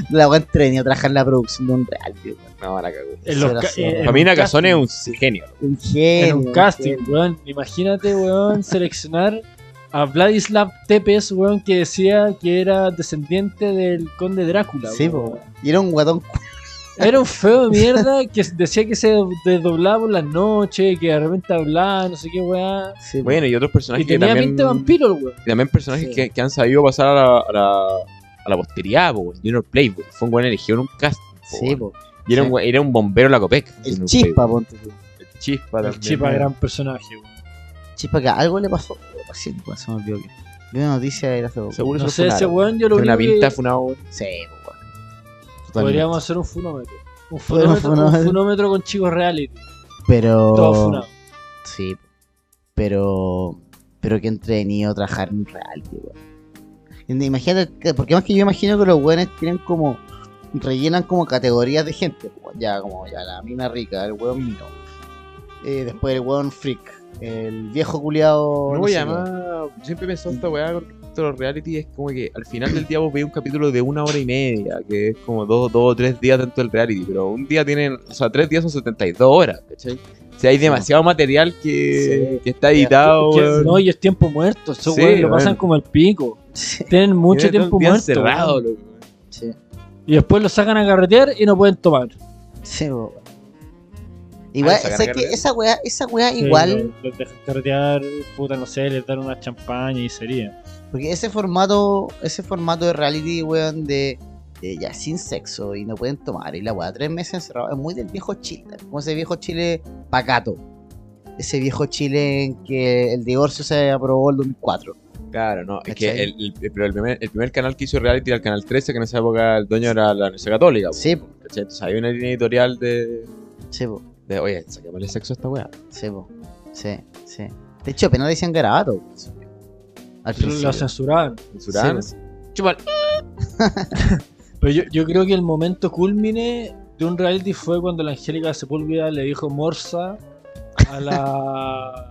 Speaker 1: La weá entretenida trabajar en la producción de un real, tío.
Speaker 3: No, la cagó.
Speaker 2: En los
Speaker 1: Era
Speaker 2: ca-
Speaker 1: así,
Speaker 2: en-
Speaker 1: weón.
Speaker 2: en
Speaker 3: Para mí
Speaker 2: un
Speaker 3: Nakazone
Speaker 2: casting.
Speaker 3: es un genio.
Speaker 1: Un genio.
Speaker 2: en un
Speaker 1: un
Speaker 2: casting,
Speaker 1: genio.
Speaker 2: weón. Imagínate, weón, seleccionar a Vladislav Tepes, weón, que decía que era descendiente del conde Drácula.
Speaker 1: Sí, po,
Speaker 2: weón.
Speaker 1: weón. Y era un guatón.
Speaker 2: Era un feo de mierda que <laughs> decía que se desdoblaba por las noches, que de repente hablaba, no sé qué, weón.
Speaker 1: Sí, po.
Speaker 3: Bueno, y otros personajes
Speaker 2: Y
Speaker 3: que
Speaker 2: tenía
Speaker 3: también...
Speaker 2: pinta de vampiro, el weón.
Speaker 3: y también personajes
Speaker 1: Sí.
Speaker 3: que, que han sabido pasar a la, a la, a la posteridad, po, weón. Junior Playboy. Fue un buen elegido en un cast.
Speaker 1: Sí, po.
Speaker 3: Y era,
Speaker 1: Sí.
Speaker 3: un, we- era un bombero en la Copec.
Speaker 1: El
Speaker 3: Junior
Speaker 1: chispa,
Speaker 3: Playboy.
Speaker 1: ponte tú.
Speaker 3: El chispa
Speaker 2: El
Speaker 3: también.
Speaker 2: Chipa, gran personaje, weón.
Speaker 1: Chispa que algo le pasó. Sí, po, se me olvidó que. Vi una noticia de la hace poco.
Speaker 3: Seguro
Speaker 2: No
Speaker 3: eso
Speaker 2: sé,
Speaker 3: funaron.
Speaker 2: ese weón yo lo
Speaker 3: Tiene
Speaker 2: vi.
Speaker 3: una pinta funado, weón.
Speaker 1: Sí, po, weón. Totalmente.
Speaker 2: Podríamos hacer un funómetro. Un
Speaker 1: Podríamos
Speaker 2: funómetro, un
Speaker 1: funómetro. Oh.
Speaker 2: funómetro con chicos reality.
Speaker 1: Pero.
Speaker 2: Todo funado.
Speaker 1: Sí. po. Pero. Pero que entretenido trabajar en un real, tío, weón. Imagínate, porque más que yo imagino que los weones tienen como rellenan como categorías de gente. po, Ya, como ya la mina rica, el weón mino. Eh, después el weón freak. El viejo culiado.
Speaker 3: No voy a
Speaker 1: <laughs>
Speaker 3: llamar. Siempre he pensado esta weá con respecto a los reality. Es como que al final del día vos veis un capítulo de una hora y media, que es como dos, dos o tres días dentro del reality. Pero un día tienen. O sea, tres días son 72 horas, ¿cachai? O sea, hay demasiado material que,
Speaker 1: Sí.
Speaker 3: que está editado.
Speaker 2: Que-
Speaker 3: weón.
Speaker 2: No, y es tiempo muerto. Esos
Speaker 3: Sí,
Speaker 2: weones lo
Speaker 3: weón.
Speaker 2: pasan como el pico. Tienen mucho
Speaker 3: Tienen todo
Speaker 2: tiempo
Speaker 3: el día
Speaker 2: muerto.
Speaker 3: encerrado,
Speaker 2: weón.
Speaker 3: loco.
Speaker 2: Y después los sacan a carretear y no pueden tomar.
Speaker 1: Sí, po. Igual,
Speaker 3: sacan a
Speaker 1: ¿sabes qué?
Speaker 3: carretear.
Speaker 1: Ah, esa weá, esa weá igual,
Speaker 2: Los, dejan carretear, puta, no sé, les dan una champaña y sería.
Speaker 1: porque ese formato, ese formato de reality, weón, de, de ya sin sexo y no pueden tomar y la weá, tres meses encerrado, es muy del viejo Chile, como ese viejo Chile pacato, ese viejo Chile en que el divorcio se aprobó el 2004.
Speaker 3: Claro, no, es que
Speaker 1: ¿Cachai?
Speaker 3: el, el- el- pero el primer, el primer canal que hizo reality era el canal 13, que en esa época el dueño era la Universidad Católica. po,
Speaker 1: Sí, po,
Speaker 3: ¿cachai? Entonces había una línea editorial de,
Speaker 1: sí, po,
Speaker 3: de oye, saquémosle sexo a esta weá.
Speaker 1: sí, po, sí, sí. De hecho, apenas le decían garabato. Al principio.
Speaker 2: Lo censuraban.
Speaker 3: Censuraban.
Speaker 1: Sí,
Speaker 3: Chupar.
Speaker 2: Pero yo, yo creo que el momento culmine de un reality fue cuando la Angélica Sepúlveda le dijo morsa a <laughs> la.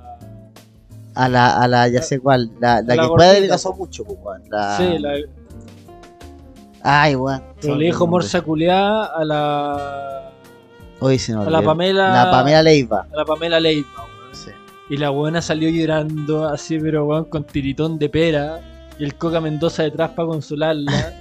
Speaker 1: A la, a la, ya sé cuál, la, la
Speaker 2: Ah, La
Speaker 1: que
Speaker 2: gordita,
Speaker 1: fue adelgazó mucho, po, weón, la...
Speaker 2: Sí, la-
Speaker 1: Ay, weón.
Speaker 2: pero le dijo morsa culeada a la.
Speaker 1: Hoy se nos
Speaker 2: A la
Speaker 1: olvidó.
Speaker 2: Pamela.
Speaker 1: La Pamela Leiva.
Speaker 2: a la Pamela Leiva, weón.
Speaker 1: Sí.
Speaker 2: Y la buena salió llorando, así, pero weón, con tiritón de pera. Y el Coca Mendoza detrás
Speaker 1: <laughs>
Speaker 2: para consolarla.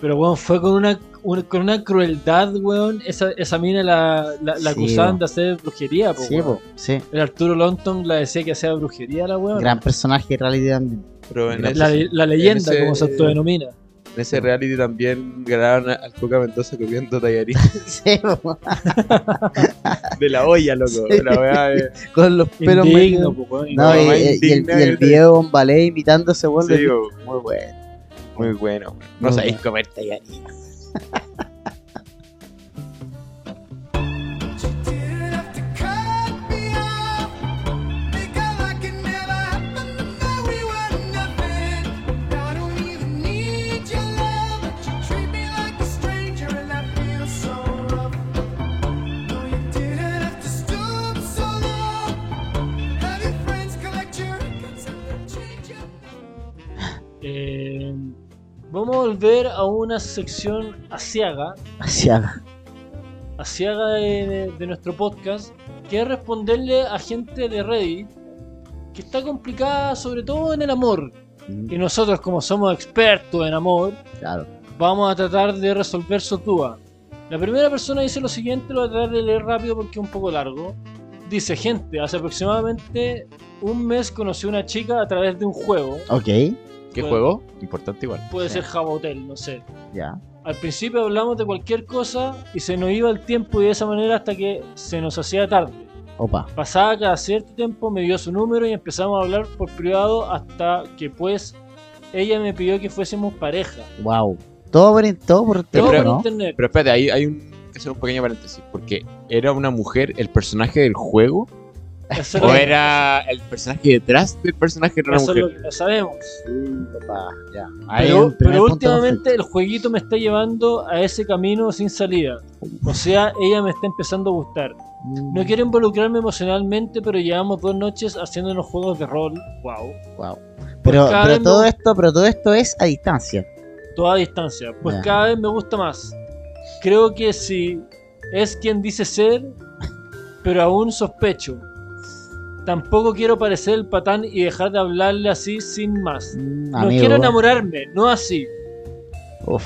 Speaker 2: pero weón, fue con una, un- con una crueldad, weón. Esa, esa mina la, la, la
Speaker 1: Sí,
Speaker 2: acusaban
Speaker 1: weón.
Speaker 2: de hacer brujería, po,
Speaker 1: Sí,
Speaker 2: weón.
Speaker 1: po, sí.
Speaker 2: El Arturo Longton la decía que hacía brujería, la weón.
Speaker 1: Gran personaje de reality también. <laughs>
Speaker 3: Pero en
Speaker 1: La-
Speaker 3: ese,
Speaker 2: La, la leyenda,
Speaker 3: ese-
Speaker 2: como se autodenomina.
Speaker 3: en ese reality también grabaron al Coca Mendoza comiendo tallarines
Speaker 1: Sí, po,
Speaker 3: <laughs> de la olla, loco.
Speaker 1: Sí.
Speaker 3: La weá de- <laughs>
Speaker 1: Con los pelos
Speaker 2: Indigno,
Speaker 1: medio-
Speaker 2: po, weón.
Speaker 1: No, y, eh,
Speaker 3: Mamá
Speaker 1: y- y el,
Speaker 3: indigna
Speaker 1: y el
Speaker 3: que te-
Speaker 1: video de Bombalé imitando a ese weón.
Speaker 3: Sí,
Speaker 1: lo-
Speaker 3: po,
Speaker 1: Muy bueno. <laughs>
Speaker 3: muy bueno. weón. No
Speaker 1: Muy
Speaker 3: sabéis comer tallarines.
Speaker 2: Eh, vamos a volver a una sección asiaga.
Speaker 1: Así haga.
Speaker 2: asiaga de, de nuestro podcast, que es responderle a gente de Reddit que está complicada sobre todo en el amor.
Speaker 1: Mm,
Speaker 2: Y nosotros como somos expertos en amor,
Speaker 1: Claro.
Speaker 2: vamos a tratar de resolver su duda. La primera persona dice lo siguiente, lo voy a tratar de leer rápido porque es un poco largo. Dice, gente, hace aproximadamente un mes conocí a una chica a través de un juego.
Speaker 1: Ok,
Speaker 3: ¿Qué
Speaker 2: Bueno.
Speaker 3: juego? Importante igual.
Speaker 2: Puede
Speaker 1: Sí.
Speaker 2: ser Jabotel, no sé.
Speaker 1: ya.
Speaker 2: Al principio hablamos de cualquier cosa y se nos iba el tiempo y de esa manera hasta que se nos hacía tarde.
Speaker 1: Opa.
Speaker 2: Pasada cada cierto tiempo me dio su número y empezamos a hablar por privado hasta que pues ella me pidió que fuésemos pareja.
Speaker 1: Wow. Todo por, in- todo por
Speaker 2: Todo por
Speaker 1: teléfono. ¿no?
Speaker 2: internet.
Speaker 3: Pero espérate, ahí hay un, que hacer un pequeño paréntesis. Porque era una mujer el personaje del juego.
Speaker 2: Eso
Speaker 3: ¿O
Speaker 2: lo-
Speaker 3: era el personaje detrás del personaje de una
Speaker 2: eso
Speaker 3: mujer?
Speaker 2: lo que sabemos.
Speaker 1: Mm, opa, ya. Ahí
Speaker 2: Pero,
Speaker 1: el primer punto
Speaker 2: pero
Speaker 1: de
Speaker 2: últimamente el jueguito me está llevando a ese camino sin salida. O sea, ella me está empezando a gustar.
Speaker 1: conflicto.
Speaker 2: No quiero involucrarme emocionalmente, pero llevamos dos noches haciéndonos juegos de rol. Wow.
Speaker 1: Wow. Pero,
Speaker 2: cada vez
Speaker 1: pero
Speaker 2: me
Speaker 1: todo
Speaker 2: gusta-
Speaker 1: esto, pero todo esto es a distancia.
Speaker 2: toda distancia. Pues
Speaker 1: Ya.
Speaker 2: cada vez me gusta más. Creo que sí es quien dice ser, pero aún sospecho. Tampoco quiero parecer el patán y dejar de hablarle así sin más.
Speaker 1: Mm,
Speaker 2: No
Speaker 1: amigo.
Speaker 2: quiero enamorarme, no así.
Speaker 1: Uf.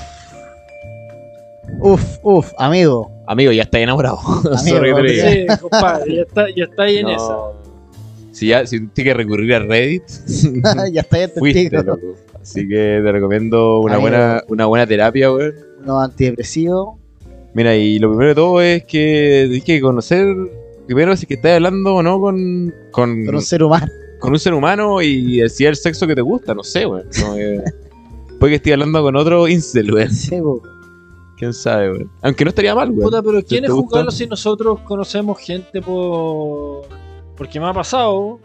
Speaker 1: Uf, uf, amigo.
Speaker 3: Amigo, ya está enamorado. <laughs> Sorry que te
Speaker 1: hombre.
Speaker 3: lo diga.
Speaker 2: Sí, compadre, ya está, ya está ahí en
Speaker 3: <laughs> No.
Speaker 2: esa.
Speaker 3: Si ya, si tienes que recurrir a Reddit,
Speaker 1: <laughs> ya está ya
Speaker 3: fuiste,
Speaker 1: testigo.
Speaker 3: loco. Así que te recomiendo una
Speaker 1: Amigo.
Speaker 3: buena, una buena terapia, weón.
Speaker 1: Uno antidepresivo.
Speaker 3: Mira, y lo primero de todo es que tienes que conocer primero si es que estás hablando o no con, con,
Speaker 1: Con un ser
Speaker 3: <laughs>
Speaker 1: humano.
Speaker 3: con un ser humano y decir el sexo que te gusta, no sé, weón. Como que- Puede que esté hablando con otro incel, weón.
Speaker 1: Sí, po.
Speaker 3: Quién sabe, weón. Aunque no estaría mal, weón.
Speaker 2: Puta, pero ¿quién
Speaker 3: te
Speaker 2: es
Speaker 3: gusta?
Speaker 2: jugarlo si nosotros conocemos gente por. Porque me ha pasado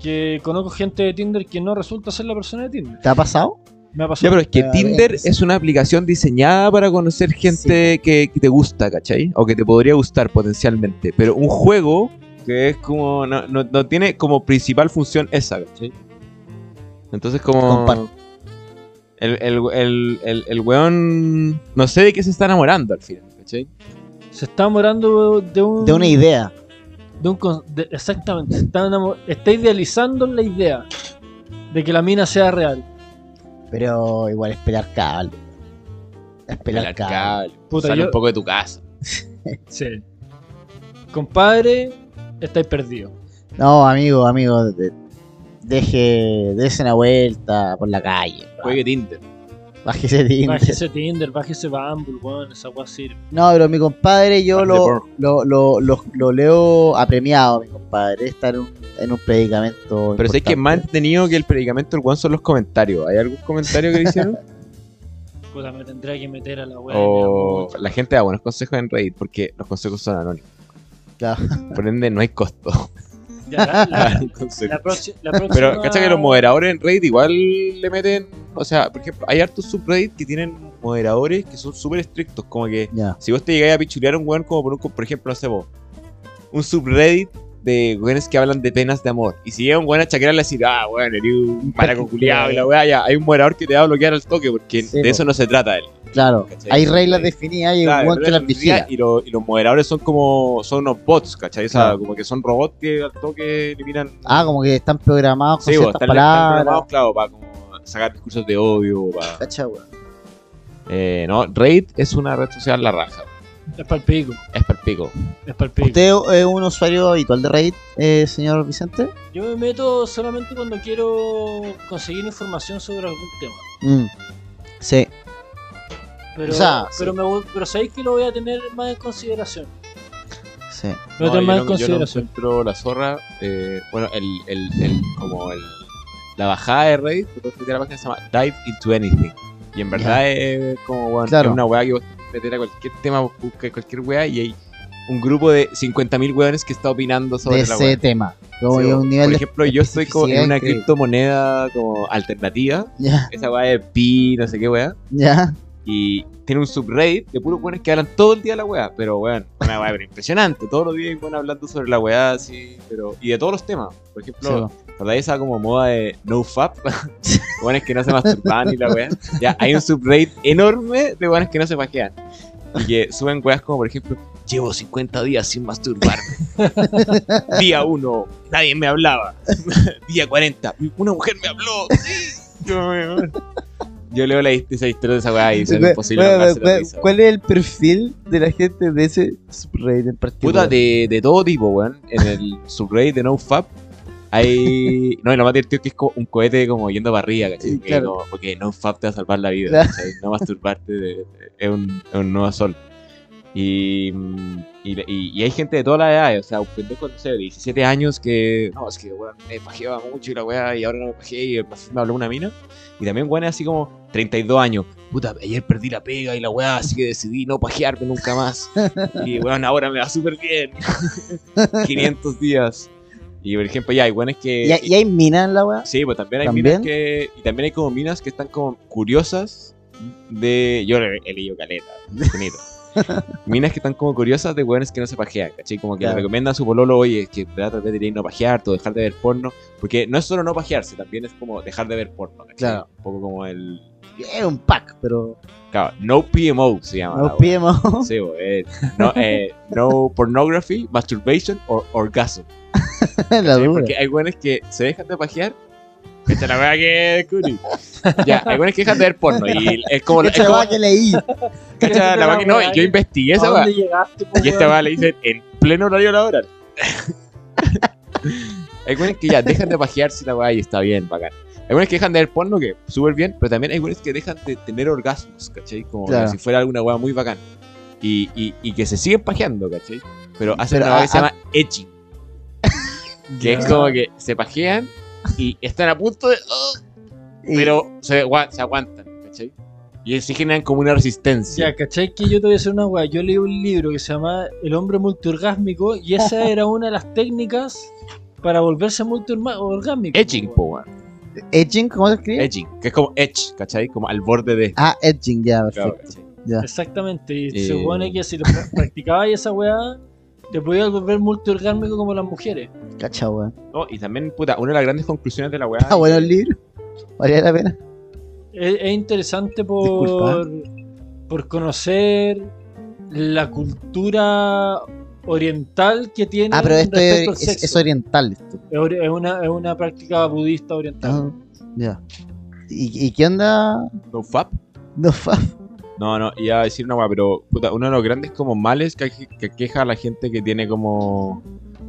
Speaker 2: que conozco gente de Tinder que no resulta ser la persona de Tinder.
Speaker 1: ¿Te ha pasado?
Speaker 2: Me ha pasado.
Speaker 3: Ya, pero es que
Speaker 1: Ah,
Speaker 3: Tinder
Speaker 1: bien, sí.
Speaker 3: es una aplicación diseñada para conocer gente que, que te gusta, ¿cachai? O que te podría gustar potencialmente. Pero un juego que es como. No, no- no tiene como principal función esa, ¿cachai? Entonces, como.
Speaker 1: Comparto.
Speaker 3: El, el, el, el, el weón. No sé de qué se está enamorando al final, ¿cachai?
Speaker 2: Se está enamorando de un.
Speaker 1: De una idea.
Speaker 2: de un con- de- exactamente. se Está, enamo- está idealizando la idea de que la mina sea real.
Speaker 1: Pero igual es pelar cable. Es pelar cable.
Speaker 2: Puta,
Speaker 3: Sale
Speaker 2: yo-
Speaker 3: un poco de tu casa.
Speaker 2: Sí. Compadre, estáis perdido.
Speaker 1: No, amigo, amigo. de- deje, dése una vuelta por la calle.
Speaker 3: Juegue
Speaker 2: Ah,
Speaker 3: Tinder.
Speaker 1: Bájese Tinder.
Speaker 2: Bájese Tinder, bájese Bumble, weón, esa weá sirve.
Speaker 1: No, pero mi compadre, yo
Speaker 3: Fan de
Speaker 1: lo,
Speaker 3: porno.
Speaker 1: lo, lo, lo, lo leo apremiado, mi compadre. Está en un, en un predicamento.
Speaker 3: Pero sé que
Speaker 1: importante.
Speaker 3: más entretenido que el predicamento del weón son los comentarios. ¿Hay algún comentario que le hicieron?
Speaker 2: Puta, me tendría que meter a la weá.
Speaker 3: O la gente da buenos consejos en Reddit porque los consejos son anónimos.
Speaker 1: Claro.
Speaker 3: Por ende, no hay costo.
Speaker 2: Ya, la, la-
Speaker 3: Un <laughs> consejo.
Speaker 2: la próxi- la próxima.
Speaker 3: Pero, ¿cacha que los moderadores en Reddit igual le meten? O sea, por ejemplo, hay hartos subreddits que tienen moderadores que son súper estrictos. Como que
Speaker 1: Ya.
Speaker 3: si vos te llegáis a pichulear a un weón, como por, un, por ejemplo, no sé vos, un subreddit de weones que hablan de penas de amor. Y si llega un weón a chaquear, le decir, ah, weón, eres
Speaker 1: <laughs>
Speaker 3: un maraco culiao", y la weá, ya, hay un moderador que te va a bloquear al toque porque
Speaker 1: Sí,
Speaker 3: de
Speaker 1: po.
Speaker 3: eso no se trata él.
Speaker 1: Claro,
Speaker 3: ¿Cachai?
Speaker 1: hay reglas definidas y
Speaker 3: Claro,
Speaker 1: un buen que
Speaker 3: pero
Speaker 1: las
Speaker 3: es un día
Speaker 1: vigila.
Speaker 3: Y, lo- y los moderadores son como. Son unos bots, ¿cachai? O sea,
Speaker 1: Claro.
Speaker 3: como que son robots que al toque eliminan.
Speaker 1: Ah, como que están programados con
Speaker 3: sí, vos,
Speaker 1: ciertas
Speaker 3: están, están
Speaker 1: palabras.
Speaker 3: programados, claro, para como sacar discursos de odio. Para,
Speaker 1: Cacha, weón.
Speaker 3: eh, no, Raid es una red social la raja.
Speaker 2: Es para el pico,
Speaker 3: Es para el pico.
Speaker 2: es para el pico.
Speaker 1: ¿Usted
Speaker 3: pues.
Speaker 1: es un usuario habitual de Reddit, eh, señor Vicente?
Speaker 2: Yo me meto solamente cuando quiero conseguir información sobre algún tema.
Speaker 1: Mm. Sí.
Speaker 2: Pero,
Speaker 1: O sea,
Speaker 2: pero, me voy- pero sabéis que lo voy a tener más en consideración.
Speaker 1: Sí.
Speaker 2: Lo voy a tener más
Speaker 3: yo
Speaker 2: en
Speaker 3: no- yo no
Speaker 2: consideración.
Speaker 3: encuentro la zorra. eh, bueno, el, el, el- como el, la bajada de Raid, tú puedes meter a la página que se llama Dive into Anything. Y en verdad es como bueno,
Speaker 1: Claro.
Speaker 3: es una weá que vos te meter a cualquier tema, busca cualquier weá y hay un grupo de 50.000 weones que está opinando sobre
Speaker 1: de
Speaker 3: la
Speaker 1: ese
Speaker 3: weá.
Speaker 1: tema. Como
Speaker 3: Sí,
Speaker 1: que
Speaker 3: o-
Speaker 1: un nivel
Speaker 3: por
Speaker 1: de
Speaker 3: ejemplo, yo estoy como en
Speaker 1: especificidad
Speaker 3: una
Speaker 1: increíble.
Speaker 3: criptomoneda como alternativa.
Speaker 1: <laughs> Ya,
Speaker 3: Esa weá de pi, no sé qué weá.
Speaker 1: ya.
Speaker 3: Y tiene un subreddit de puros weones que hablan todo el día de la weá. Pero weón, una weá pero impresionante. Todos los días hay weón hablando sobre la weá así. Pero, y de todos los temas. Por
Speaker 1: Sí,
Speaker 3: ejemplo,
Speaker 1: weón.
Speaker 3: ¿verdad? Esa como moda de no fap. <laughs> weones que no se masturban y la weá. Ya, hay un subreddit enorme de weones que no se pajean. Y que suben weas como, por ejemplo, llevo 50 días sin masturbarme. Día 1, nadie me hablaba. <laughs> Día 40, una mujer me habló. Sí. Yo, weón. Yo leo la, esa historia de esa weá y es
Speaker 1: Weón,
Speaker 3: imposible
Speaker 1: weón,
Speaker 3: no cagarse la
Speaker 1: weón,
Speaker 3: risa,
Speaker 1: ¿Cuál es el perfil de la gente de ese subreddit en
Speaker 3: Puta
Speaker 1: particular?
Speaker 3: de, de todo tipo, weón. En el subreddit de NoFap
Speaker 1: <laughs>
Speaker 3: hay. No, y lo más divertido es que es como un cohete como yendo para arriba, ¿cachai?
Speaker 1: Sí,
Speaker 3: Que
Speaker 1: claro.
Speaker 3: como, porque NoFap te va a salvar la vida,
Speaker 1: Claro.
Speaker 3: ¿cachai? No masturbarte de- es, un, es un nuevo sol. Y, mm, y, y- y hay gente de toda la edad, o sea, un pendejo, no sé, de 17 años que. No, es que, weón, me pajeaba mucho y la weá, y ahora no me pajeé y me habló una mina. Y también, weón, es así como 32 años. Puta, ayer perdí la pega y la weá, así que decidí no pajearme nunca más. Y weón, ahora me va
Speaker 1: <laughs>
Speaker 3: súper bien. 500 días. Y por ejemplo, ya hay weones que.
Speaker 1: ¿Y, hay- y hay mina en la weá?
Speaker 3: Sí, pues también hay
Speaker 1: ¿También?
Speaker 3: minas que. Y también hay como minas que están como curiosas de. Yo le he leído caleta,
Speaker 1: <laughs>
Speaker 3: bonito. Minas que están como curiosas de weones que no se pajean, ¿cachai? Como que
Speaker 1: Claro.
Speaker 3: le recomiendan a su pololo, oye, es que en verdad, tal vez debería no pajearte o dejar de ver porno. Porque no es solo no pajearse, también es como dejar de ver porno, ¿cachai?
Speaker 1: Claro.
Speaker 3: Un poco como el.
Speaker 1: Es un pack, pero
Speaker 3: Claro, no PMO se llama. la
Speaker 1: no <laughs>
Speaker 3: wea.
Speaker 1: pidemos.
Speaker 3: Sí, bo, eh, no, eh, no pornography, masturbation or orgasm.
Speaker 1: la
Speaker 3: ¿cachai?
Speaker 1: dura.
Speaker 3: Porque hay buenas que se dejan de pajear. Esta es la weá que descubrí. Ya, hay buenas que dejan de ver porno. Y es como. Es
Speaker 1: Esta es la
Speaker 3: como
Speaker 1: weá que leí.
Speaker 3: cacha, la weá que no, y yo investigué
Speaker 2: ¿A
Speaker 3: esa weá.
Speaker 2: dónde llegaste, po,
Speaker 3: Y este esta
Speaker 2: weón?
Speaker 3: weá le <laughs> dicen en pleno horario laboral. <laughs> hay buenas que ya dejan de pajearse la weá y está bien, bacán. Hay buenas que dejan de ver porno, que súper bien, pero también hay buenas que dejan de tener orgasmos, ¿cachai? Como
Speaker 1: Claro.
Speaker 3: si fuera alguna weá muy bacán. Y, y, y que se siguen pajeando, ¿cachai? Pero hacen
Speaker 1: Pero
Speaker 3: una weá
Speaker 1: a-
Speaker 3: que se
Speaker 1: a-
Speaker 3: llama edging. Que es
Speaker 2: Ya.
Speaker 3: como que se pajean y están a punto de. "Oh",
Speaker 1: Y-
Speaker 3: <laughs> pero se, agua- se aguantan, ¿cachai? Y se generan como una resistencia.
Speaker 2: Ya, ¿cachai? Que yo te voy a decir una weá. Yo leí un libro que se llama El hombre multiorgásmico
Speaker 1: <laughs>
Speaker 2: y esa era una de las técnicas para volverse multiorgásmico.
Speaker 3: Edging, po, weón.
Speaker 1: ¿Edging? ¿Cómo se escribe?
Speaker 3: Edging, que es como edge, ¿cachai? Como al borde de.
Speaker 1: Ah, edging, ya, perfecto.
Speaker 3: Claro, ¿cachai?
Speaker 1: Ya.
Speaker 2: Exactamente, y
Speaker 3: Eh.
Speaker 2: se supone que si lo pra- practicabas esa weá, te podías volver multiorgásmico como las mujeres.
Speaker 1: Cacha, weón.
Speaker 3: No, y también, puta, una de las grandes conclusiones de la weá.
Speaker 2: Ah,
Speaker 1: Está Ah, bueno el libro. <laughs> Valía la pena.
Speaker 2: Es, es interesante por, por conocer la cultura oriental que tiene
Speaker 1: Ah, pero esto
Speaker 2: respecto
Speaker 1: es,
Speaker 2: al
Speaker 1: es- es
Speaker 2: sexo.
Speaker 1: oriental, esto.
Speaker 2: Es ori- es una, es una práctica budista oriental.
Speaker 1: Ah, ya. ¿Y, y qué onda? <laughs>
Speaker 3: No fap.
Speaker 1: No, fa-
Speaker 3: No, no, iba a decir una weá, pero puta, uno de los grandes como males que, que queja a la gente que tiene como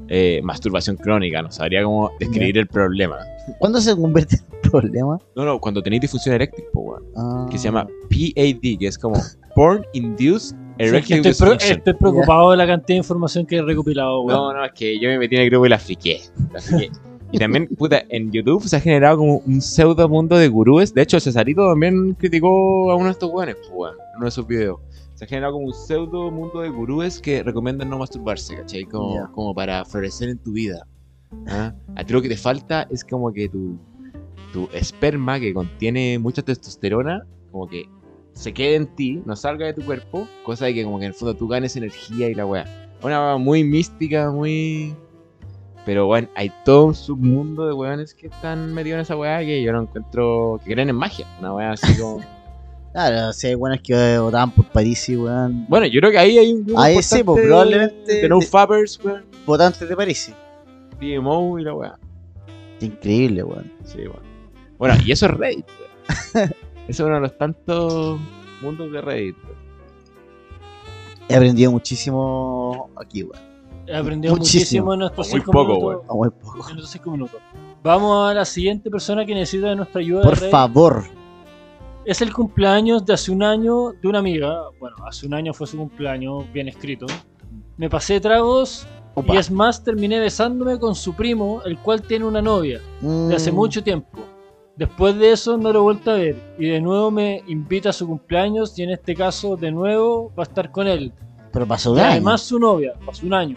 Speaker 3: eh, masturbación crónica, no sabría cómo describir el problema.
Speaker 1: ¿Cuándo se convierte en problema?
Speaker 3: No, no, cuando tenéis disfunción eréctil, po, weón,
Speaker 1: Ah.
Speaker 3: que se llama PAD, que es como Porn Induced
Speaker 2: O sea, que estoy,
Speaker 3: Erectile
Speaker 2: eh, pre-
Speaker 3: Dysfunction.
Speaker 2: estoy preocupado de la cantidad de información que he recopilado, weón.
Speaker 3: No, no, es que yo me metí en el grupo y la friqué. La friqué. Y también, puta, en YouTube se ha generado como un pseudo mundo de gurúes. De hecho, Cesarito también criticó a uno de estos weones, pues, weón, en uno de sus videos. Se ha generado como un pseudo mundo de gurúes que recomiendan no masturbarse, ¿cachai? Como,
Speaker 1: Ya.
Speaker 3: como para florecer en tu vida. ¿ah? A ti lo que te falta es como que tu, tu esperma, que contiene mucha testosterona, como que se quede en ti, no salga de tu cuerpo, cosa de que como que en el fondo tú ganes energía y la weá. Una weá muy mística, muy... Pero bueno, hay todo un submundo de weones que están metidos en esa weá que yo no encuentro... que creen en magia. Una weá así como...
Speaker 1: Claro, si hay buenas que votaban por París, weón.
Speaker 3: bueno, yo creo que ahí hay un... grupo
Speaker 1: Ahí sí, pues
Speaker 3: importante
Speaker 1: probablemente
Speaker 3: De no
Speaker 1: de-
Speaker 3: fappers, weón.
Speaker 1: votantes de París.
Speaker 3: DMO y la weá.
Speaker 1: Increíble, weón.
Speaker 3: Sí, bueno. Bueno, y eso es Reddit,
Speaker 1: <laughs>
Speaker 3: weón. Eso es uno de los tantos mundos de Reddit, weón.
Speaker 1: He aprendido muchísimo aquí, weón.
Speaker 2: He aprendido
Speaker 1: Muchísimo.
Speaker 2: muchísimo en nuestros
Speaker 3: Muy
Speaker 2: cinco
Speaker 3: poco,
Speaker 2: minutos.
Speaker 1: O muy poco.
Speaker 2: en nuestros cinco minutos. Vamos a la siguiente persona que necesita de nuestra ayuda. de
Speaker 1: Por
Speaker 2: Reddit.
Speaker 1: favor.
Speaker 2: Es el cumpleaños de hace un año de una amiga. Bueno, hace un año fue su cumpleaños, bien escrito. Me pasé tragos
Speaker 1: Opa.
Speaker 2: y es más, terminé besándome con su primo, el cual tiene una novia de hace
Speaker 1: Mm.
Speaker 2: mucho tiempo. Después de eso no lo he vuelto a ver y de nuevo me invita a su cumpleaños y en este caso de nuevo va a estar con él.
Speaker 1: Pero pasó
Speaker 2: Y
Speaker 1: un año.
Speaker 2: además su novia, pasó un año.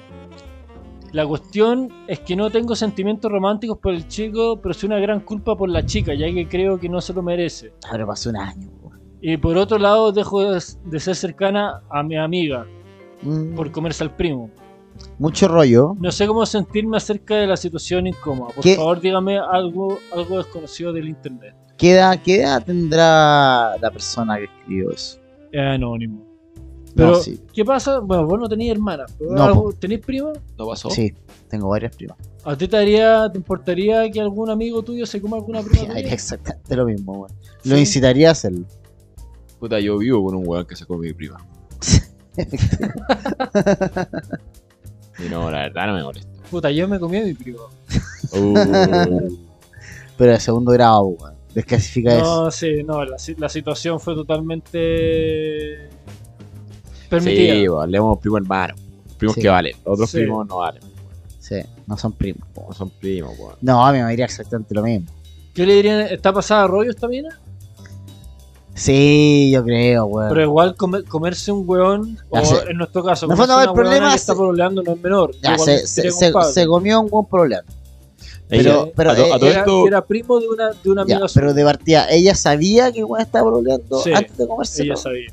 Speaker 2: La cuestión es que no tengo sentimientos románticos por el chico, pero sí una gran culpa por la chica, ya que creo que no se lo merece.
Speaker 1: Pero pasó un año, weón.
Speaker 2: Y por otro lado, dejo de de ser cercana a mi amiga
Speaker 1: Mm.
Speaker 2: por comerse al primo.
Speaker 1: Mucho rollo.
Speaker 2: No sé cómo sentirme acerca de la situación incómoda. Por
Speaker 1: ¿Qué?
Speaker 2: favor, dígame algo, algo desconocido del internet.
Speaker 1: ¿Qué edad, qué edad tendrá la persona que escribió eso?
Speaker 2: Es anónimo. Pero,
Speaker 1: no, sí,
Speaker 2: ¿qué pasa? Bueno, vos no tenés hermana. pero
Speaker 1: No,
Speaker 2: algo- ¿Tenés prima?
Speaker 3: ¿No pasó?
Speaker 1: sí, tengo varias primas.
Speaker 2: ¿A ti te, haría, te importaría que algún amigo tuyo se coma alguna prima? tuya?
Speaker 1: Haría <laughs> exactamente lo mismo, weón. Lo
Speaker 2: Sí.
Speaker 1: incitaría a hacerlo.
Speaker 3: Puta, yo vivo con un weón que sacó
Speaker 1: <laughs>
Speaker 3: mi prima. Y no, la verdad no me molesta.
Speaker 1: <laughs>
Speaker 2: Puta, yo me comí a mi primo.
Speaker 1: Pero de segundo grado, weón. Desclasifica eso.
Speaker 2: No, sí, no, la, si- la situación fue totalmente permitida.
Speaker 3: sí, weón, le damos primo hermano. Primos
Speaker 1: Sí.
Speaker 3: que valen. Otros
Speaker 2: Sí.
Speaker 3: primos no valen.
Speaker 1: Sí, no son primos.
Speaker 3: No son primos, weón.
Speaker 1: No, a mí me haría exactamente lo mismo.
Speaker 2: Yo le diría, ¿está pasada rollo esta mina?
Speaker 1: Sí, yo creo, weón.
Speaker 2: Pero igual come- comerse un weón, o
Speaker 1: Ah. Ya sé.
Speaker 2: en nuestro caso,
Speaker 1: No,
Speaker 2: comerse
Speaker 1: no, el
Speaker 2: una weona
Speaker 1: problema
Speaker 2: que
Speaker 1: es-
Speaker 2: está pololeando no es menor.
Speaker 1: Ya,
Speaker 2: Igual
Speaker 1: se,
Speaker 2: me
Speaker 1: se,
Speaker 2: sentiría
Speaker 1: se,
Speaker 2: culpable.
Speaker 1: se comió un buen problema. Pero,
Speaker 2: Ella-
Speaker 1: pero,
Speaker 3: a to-
Speaker 1: eh,
Speaker 3: a todo
Speaker 1: eh,
Speaker 2: era,
Speaker 3: esto-
Speaker 2: era primo de una, de una
Speaker 1: ya,
Speaker 2: amiga suya,
Speaker 1: pero de partida, ella sabía que el weón estaba broleando
Speaker 2: Sí,
Speaker 1: antes de comerse. <laughs>
Speaker 2: ella sabía.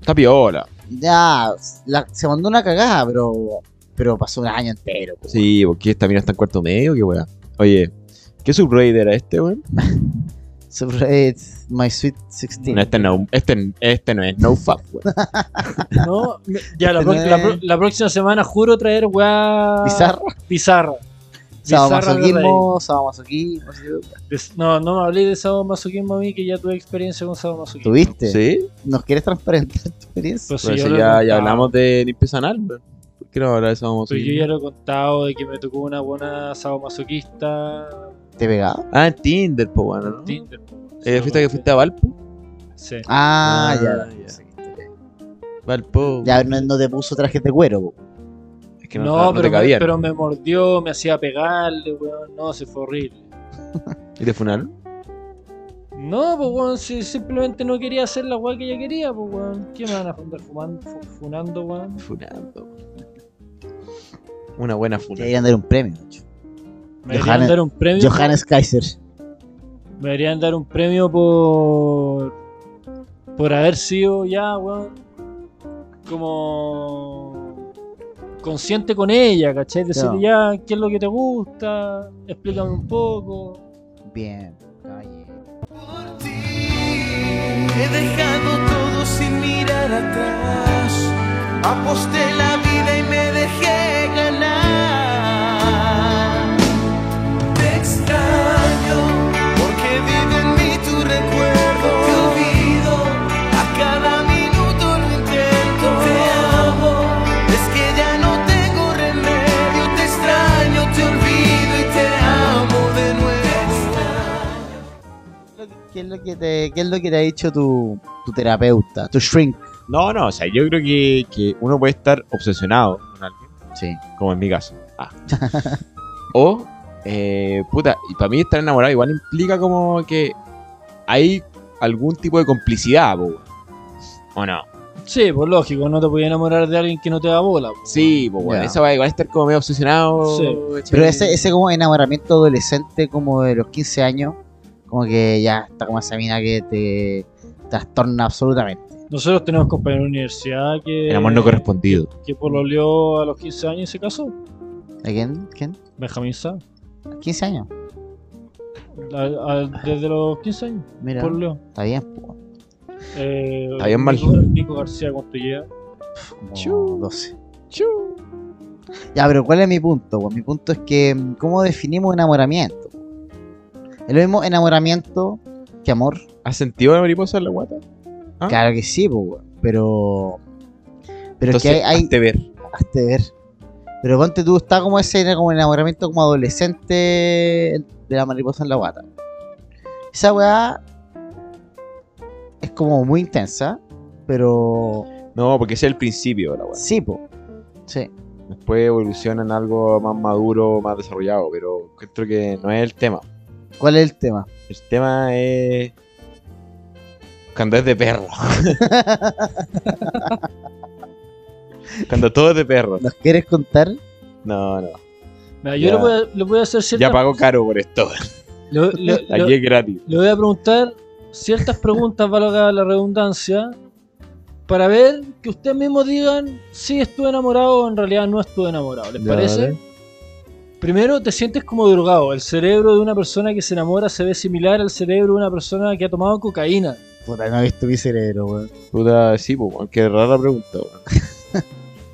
Speaker 3: Está piola.
Speaker 1: Ya, la- se mandó una cagada, pero, pero pasó un año entero. po.
Speaker 3: Sí, porque esta mina está en cuarto medio, qué weón. Oye, ¿qué subreddit era este, weón?
Speaker 1: Subreddit My Sweet 16.
Speaker 3: No, este, no, este, este no es NoFap, weón.
Speaker 2: No, me- ya la,
Speaker 1: Pero
Speaker 2: pro- la pro-
Speaker 1: es-
Speaker 2: la próxima semana juro traer weá
Speaker 1: <laughs> Bizarro.
Speaker 2: Pizarra.
Speaker 1: Sadomasoquismo, sadomasoquismo. ¿sí?
Speaker 2: No, no me hablé de sadomasoquismo a mí, que ya tuve experiencia con sadomasoquismo.
Speaker 1: ¿Tuviste?
Speaker 3: <laughs> ¿Sí?
Speaker 1: ¿Nos quieres transparentar tu experiencia?
Speaker 2: Pues sí,
Speaker 3: Bueno,
Speaker 2: Pues yo lo
Speaker 3: si
Speaker 2: he
Speaker 3: ya, ya
Speaker 2: contado.
Speaker 3: hablamos de limpieza anal, weón. ¿Por qué Pues no hablar de eso?
Speaker 2: Pero Pues yo ya lo he contado de que me tocó una buena sadomasoquista
Speaker 1: ¿Te pegaba?
Speaker 3: Ah, en Tinder, po, weón.
Speaker 2: en
Speaker 3: ¿no?
Speaker 2: Tinder.
Speaker 3: Eh, ¿Fuiste que fuiste a Valpo?
Speaker 2: Sí.
Speaker 1: Ah,
Speaker 3: Ah,
Speaker 1: ya.
Speaker 3: ya. Valpo.
Speaker 1: Ya no, no te puso trajes de cuero. po.
Speaker 3: Es que
Speaker 2: no,
Speaker 3: no, no,
Speaker 2: pero,
Speaker 3: te cabían.
Speaker 2: me, pero me mordió, me hacía pegarle, weón. No, se fue horrible.
Speaker 3: ¿Y te funaron?
Speaker 2: No, pues weón, si simplemente no quería hacer la weá que ella quería, pues weón. ¿Qué me van a fundar fumando, fu- funando, weón?
Speaker 3: Funando. Una buena funa.
Speaker 1: Te deberían dar un premio. de hecho.
Speaker 2: Me deberían dar un premio.
Speaker 1: Johannes Kaiser.
Speaker 2: Me deberían dar un premio por. por haber sido ya, weón. como. consciente con ella, ¿cachai? Decirle ya, ¿qué es lo que te gusta? Explícame un poco.
Speaker 1: Bien, caballero.
Speaker 5: Por ti he dejado todo sin mirar atrás. Aposté la vida y me dejé ganar. Te extraño porque vive en mí tu recuerdo. Te olvido, a cada minuto lo intento. Te amo, es que ya no tengo remedio. Te extraño, te olvido y te amo de nuevo.
Speaker 1: ¿Qué es lo que te, qué es lo que te ha dicho tu, tu terapeuta, tu shrink?
Speaker 3: No, no, o sea, yo creo que, que uno puede estar obsesionado con alguien.
Speaker 1: Sí.
Speaker 3: como en mi caso.
Speaker 1: <laughs>
Speaker 3: Ah. o, eh, puta, y para mí estar enamorado igual implica como que hay algún tipo de complicidad, po, weón. ¿o no?
Speaker 2: Sí, pues lógico, no te podías enamorar de alguien que no te da bola. po.
Speaker 3: Sí, pues bueno,
Speaker 1: Ya.
Speaker 3: esa va igual estar como medio obsesionado. eh,
Speaker 2: Sí.
Speaker 3: ¿cachai?
Speaker 1: Pero ese, ese como enamoramiento adolescente, como de los 15 años, como que ya está como esa mina que te trastorna absolutamente.
Speaker 2: Nosotros tenemos compañeros de universidad que.
Speaker 3: El amor no correspondido.
Speaker 2: Que pololeó a los 15 años y se casó.
Speaker 1: ¿A quién? ¿Quién?
Speaker 2: Benjamín Sá.
Speaker 1: ¿15 años?
Speaker 2: A- a- desde los 15 años.
Speaker 1: Mira,
Speaker 2: Pololeó.
Speaker 1: está bien, po,
Speaker 2: Eh,
Speaker 3: Está bien mal.
Speaker 2: Nico, Nico García Contullea.
Speaker 1: como
Speaker 3: Chu.
Speaker 1: 12. Ya, pero ¿cuál es mi punto? po? mi punto es que, mm, ¿cómo definimos enamoramiento? ¿Es lo mismo enamoramiento que amor?
Speaker 3: ¿Has sentido la mariposa en la guata? ¿Ah?
Speaker 1: Claro que sí, po, weón, pero... Pero
Speaker 3: Entonces,
Speaker 1: es que hay, hay,
Speaker 3: hazte ver.
Speaker 1: hazte ver. Pero ponte tú, está como ese como enamoramiento como adolescente de la mariposa en la guata. Esa weá es como muy intensa, pero
Speaker 3: No, porque ese es el principio de la guata.
Speaker 1: sí, po. Sí.
Speaker 3: Después evoluciona en algo más maduro, más desarrollado, pero creo que no es el tema.
Speaker 1: ¿Cuál es el tema?
Speaker 3: El tema es. Cuando es de <laughs> perro. Cuando todo es de perro.
Speaker 1: ¿Nos quieres contar?
Speaker 3: No, no.
Speaker 2: Mira, yo
Speaker 3: Ya.
Speaker 2: le voy, a, le voy a hacer
Speaker 3: Ya
Speaker 2: ciertas.
Speaker 3: pago caro por esto.
Speaker 2: le-
Speaker 1: <laughs>
Speaker 2: le- le-
Speaker 3: Aquí es gratis.
Speaker 2: le voy a preguntar ciertas preguntas, valga la redundancia, para ver que ustedes mismos digan si estuve enamorado o en realidad no estuve enamorado. ¿Les
Speaker 3: Ya,
Speaker 2: parece?
Speaker 3: dale.
Speaker 2: Primero, te sientes como drogado. El cerebro de una persona que se enamora se ve similar al cerebro de una persona que ha tomado cocaína.
Speaker 1: Puta, no he visto mi cerebro, weón. <laughs>
Speaker 3: Puta, sí, pues, weón, qué rara pregunta, weón.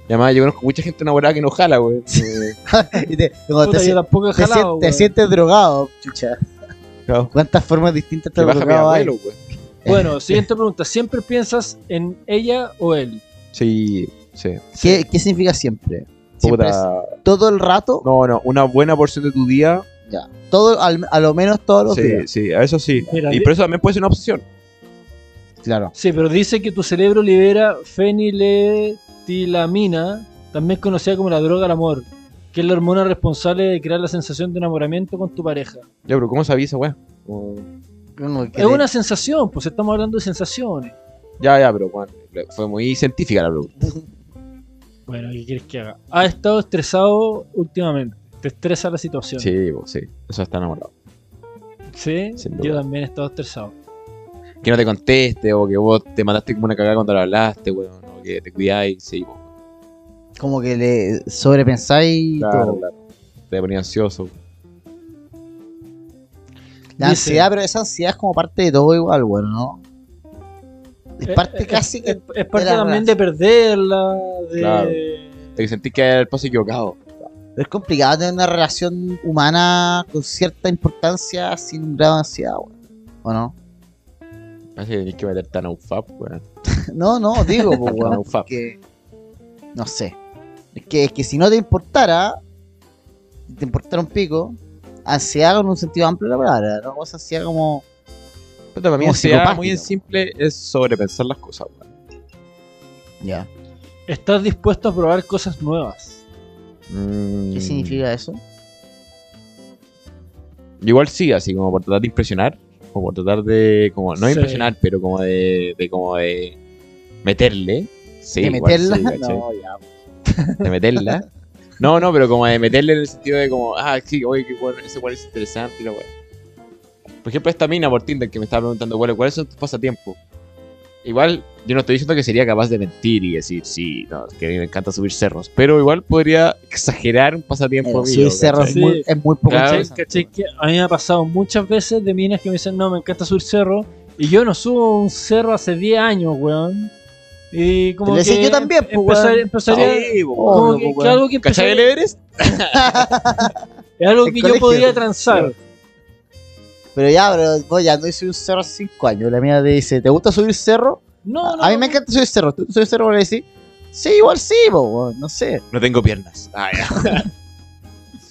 Speaker 3: Y <laughs> además, yo conozco mucha gente enamorada que no jala, weón. Eh,
Speaker 1: Y te, como
Speaker 2: Puta,
Speaker 1: te
Speaker 2: yo
Speaker 1: sien-
Speaker 2: tampoco he
Speaker 1: te sien-
Speaker 2: jalado.
Speaker 1: te
Speaker 2: weón.
Speaker 1: sientes drogado, chucha.
Speaker 3: claro.
Speaker 1: ¿Cuántas formas distintas
Speaker 3: Que
Speaker 1: te
Speaker 3: baja mi
Speaker 1: drogado hay?
Speaker 3: abuelo, weón.
Speaker 2: Bueno, siguiente pregunta. ¿Siempre piensas en ella o él?
Speaker 3: Sí, sí.
Speaker 1: ¿Qué, ¿Qué significa siempre? Siempre es
Speaker 3: Puta.
Speaker 1: todo el rato,
Speaker 3: No, no, una buena porción de tu día.
Speaker 1: ya. Todo, al- a lo menos todos los días.
Speaker 3: Sí, sí, a eso sí.
Speaker 2: Mira,
Speaker 3: Y
Speaker 2: di-
Speaker 3: por eso también puede ser una obsesión.
Speaker 1: Claro.
Speaker 2: Sí, pero dice que tu cerebro libera feniletilamina, también conocida como la droga del amor, que es la hormona responsable de crear la sensación de enamoramiento con tu pareja.
Speaker 3: Ya, pero ¿cómo sabía esa weá? Como-
Speaker 1: Como que te-
Speaker 2: Es una sensación, pues estamos hablando de sensaciones.
Speaker 3: Ya, ya, pero bueno, fue muy científica la pregunta.
Speaker 2: Bueno, ¿qué quieres que haga? Ha estado estresado últimamente. Te estresa la situación. Sí.
Speaker 3: Sí, pues, sí, eso está enamorado. Sin duda.
Speaker 2: Yo también he estado estresado.
Speaker 3: Que no te conteste o que vos te mandaste como una cagada cuando le hablaste, weón, o que te cuidáis, sí, pues,
Speaker 1: como que le sobrepensáis todo.
Speaker 3: Te ponía ansioso.
Speaker 1: La
Speaker 2: Dice-
Speaker 1: ansiedad, pero esa ansiedad es como parte de todo igual, bueno, ¿no? Es
Speaker 2: Eh,
Speaker 1: parte
Speaker 2: eh,
Speaker 1: casi
Speaker 2: Es,
Speaker 1: que...
Speaker 2: es parte
Speaker 1: de la
Speaker 2: también de perderla, de...
Speaker 3: Claro. Te que sentís que era el paso equivocado.
Speaker 1: pero es complicado tener una relación humana con cierta importancia sin un grado de ansiedad, bueno. ¿O no?
Speaker 3: Así que tenés que meterte a UFAP, weón.
Speaker 1: No, no,
Speaker 3: <laughs>
Speaker 1: digo, pues,
Speaker 3: Con
Speaker 1: bueno,
Speaker 3: UFAP.
Speaker 1: porque... No sé. Es que, es que si no te importara, si te importara un pico, ansiedad en un sentido amplio de la palabra, ¿no? Esa ansiedad como...
Speaker 3: Pero para mí
Speaker 1: Como
Speaker 3: ansiedad
Speaker 1: psicopático.
Speaker 3: muy en simple es sobrepensar las cosas, weón.
Speaker 1: Ya.
Speaker 2: Estás dispuesto a probar cosas nuevas.
Speaker 3: Mm.
Speaker 1: ¿Qué significa eso?
Speaker 3: Igual sí, así como por tratar de impresionar, o por tratar de, como, no
Speaker 2: Sí.
Speaker 3: impresionar, pero como de, de como de meterle. Sí,
Speaker 1: ¿De
Speaker 3: igual sí,
Speaker 1: <laughs> meterla?
Speaker 3: ¿cachai?
Speaker 1: no, ya.
Speaker 3: de meterla. No, no, pero como de meterle en el sentido de como, ah, sí, oye, qué bueno, ese cual es interesante y la weá. Por ejemplo, esta mina por Tinder que me estaba preguntando, bueno, ¿cuáles son tus pasatiempos? Igual, yo no estoy diciendo que sería capaz de mentir y decir, sí, no, que a mí me encanta subir cerros, pero igual podría exagerar un pasatiempo mío.
Speaker 1: subir cerros
Speaker 3: ¿cachai?
Speaker 1: es muy- es muy poco
Speaker 3: Claro.
Speaker 1: interesante.
Speaker 2: Pues, ¿Cachai? ¿Cachai? Que a mí me ha pasado muchas veces de minas que me dicen, no, me encanta subir cerro. Y yo no subo un cerro hace 10 años, weón. Y como
Speaker 1: Pero
Speaker 2: que
Speaker 1: sí, yo también, pues,
Speaker 2: empezar-
Speaker 1: weón.
Speaker 2: empezaría...
Speaker 3: Sí, po,
Speaker 1: Oh,
Speaker 2: como
Speaker 1: no,
Speaker 2: que-
Speaker 1: pues,
Speaker 2: que
Speaker 1: weón.
Speaker 2: algo que
Speaker 3: ¿Cachai el
Speaker 2: empezaría-
Speaker 3: Everest?
Speaker 2: es algo
Speaker 1: El
Speaker 2: que yo
Speaker 1: colegio.
Speaker 2: podría transar.
Speaker 1: Pero ya, pero vos ya no subí un cerro hace 5 años. La mía te dice, ¿te gusta subir cerro?
Speaker 2: No, no.
Speaker 1: a mí me encanta subir cerro. ¿Tú subes cerro? Le decís, sí, igual sí, po, weón, no sé.
Speaker 3: No tengo piernas. Ah, ya.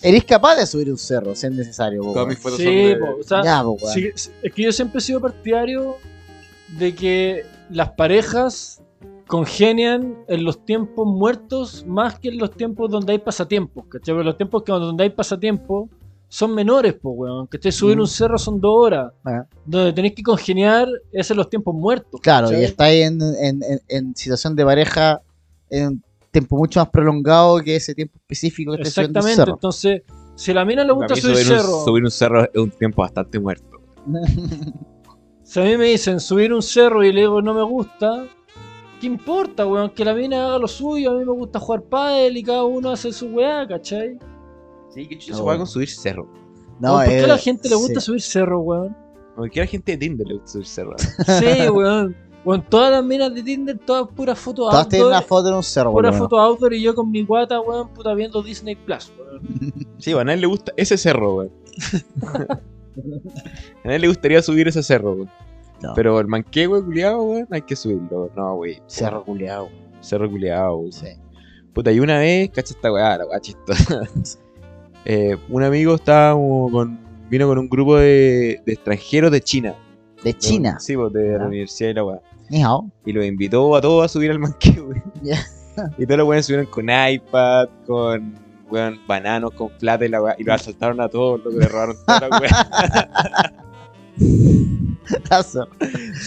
Speaker 1: Eres capaz de subir un cerro, si es necesario, po,
Speaker 3: Todas
Speaker 1: weón.
Speaker 3: mis fotos son
Speaker 2: Sí,
Speaker 3: de-
Speaker 2: po, o sea,
Speaker 1: Ya, po, weón.
Speaker 2: Sí, sí, es que yo siempre he sido partidario de que las parejas congenian en los tiempos muertos más que en los tiempos donde hay pasatiempos, ¿cachai? Porque los tiempos que donde hay pasatiempos son menores, po, weón. ¿Cachai? Subir
Speaker 1: Mm.
Speaker 2: un cerro son dos horas.
Speaker 1: Ah.
Speaker 2: Donde tenéis que congeniar es en los tiempos muertos.
Speaker 1: Claro,
Speaker 2: ¿cachai?
Speaker 1: y estáis en, en, en, en situación de pareja en un tiempo mucho más prolongado que ese tiempo específico que estés subiendo un
Speaker 2: Exactamente.
Speaker 1: cerro.
Speaker 2: Entonces, si a la mina le
Speaker 3: Para
Speaker 2: gusta
Speaker 3: mí
Speaker 2: subir
Speaker 3: subir, un,
Speaker 2: cerro,
Speaker 3: subir un cerro es un tiempo bastante muerto.
Speaker 2: si a mí me dicen subir un cerro y le digo no me gusta, ¿qué importa, weón? Que la mina haga lo suyo, a mí me gusta jugar pádel y cada uno hace su weá, ¿cachai?
Speaker 3: Sí, que
Speaker 1: se juega con
Speaker 3: subir cerro.
Speaker 1: <laughs> No,
Speaker 2: Weón, ¿Por qué a
Speaker 1: eh,
Speaker 2: la gente le gusta
Speaker 1: sí.
Speaker 2: subir
Speaker 1: <laughs>
Speaker 2: cerro, weón?
Speaker 3: Como que a la gente de Tinder le gusta subir cerro.
Speaker 2: Sí, weón. Weón, todas las minas de Tinder, todas puras fotos
Speaker 1: Todas tienen
Speaker 2: outdoor.
Speaker 1: una foto en un cerro, por lo
Speaker 2: puras
Speaker 1: menos.
Speaker 2: fotos outdoor y yo con mi guata, weón, puta viendo Disney Plus, weón.
Speaker 3: Sí, bueno, a nadie le gusta ese cerro,
Speaker 1: <laughs>
Speaker 3: güey. a nadie le gustaría subir ese cerro, güey.
Speaker 1: No.
Speaker 3: Pero el manqué, güey, culiado, güey, hay que subirlo. güey. No, güey.
Speaker 1: Cerro culeado.
Speaker 3: Cerro culiado, güey.
Speaker 1: Sí.
Speaker 3: Puta, y una vez, cacha esta weá, la weá chistosa. <laughs> Eh, un amigo estaba como con, vino con un grupo de, de extranjeros de China.
Speaker 1: De China.
Speaker 3: Sí, pues, de la
Speaker 1: Ya.
Speaker 3: universidad y la weá.
Speaker 1: Ni <laughs> hao.
Speaker 3: Y los invitó a todos a subir al <laughs> manqué, güey.
Speaker 1: Ya.
Speaker 3: Y todos los weones subieron con iPad, con weón, bananos, con plata y la weá. Y los asaltaron a todos, loco, le robaron toda
Speaker 1: <laughs>
Speaker 3: la weá.
Speaker 1: Tazo.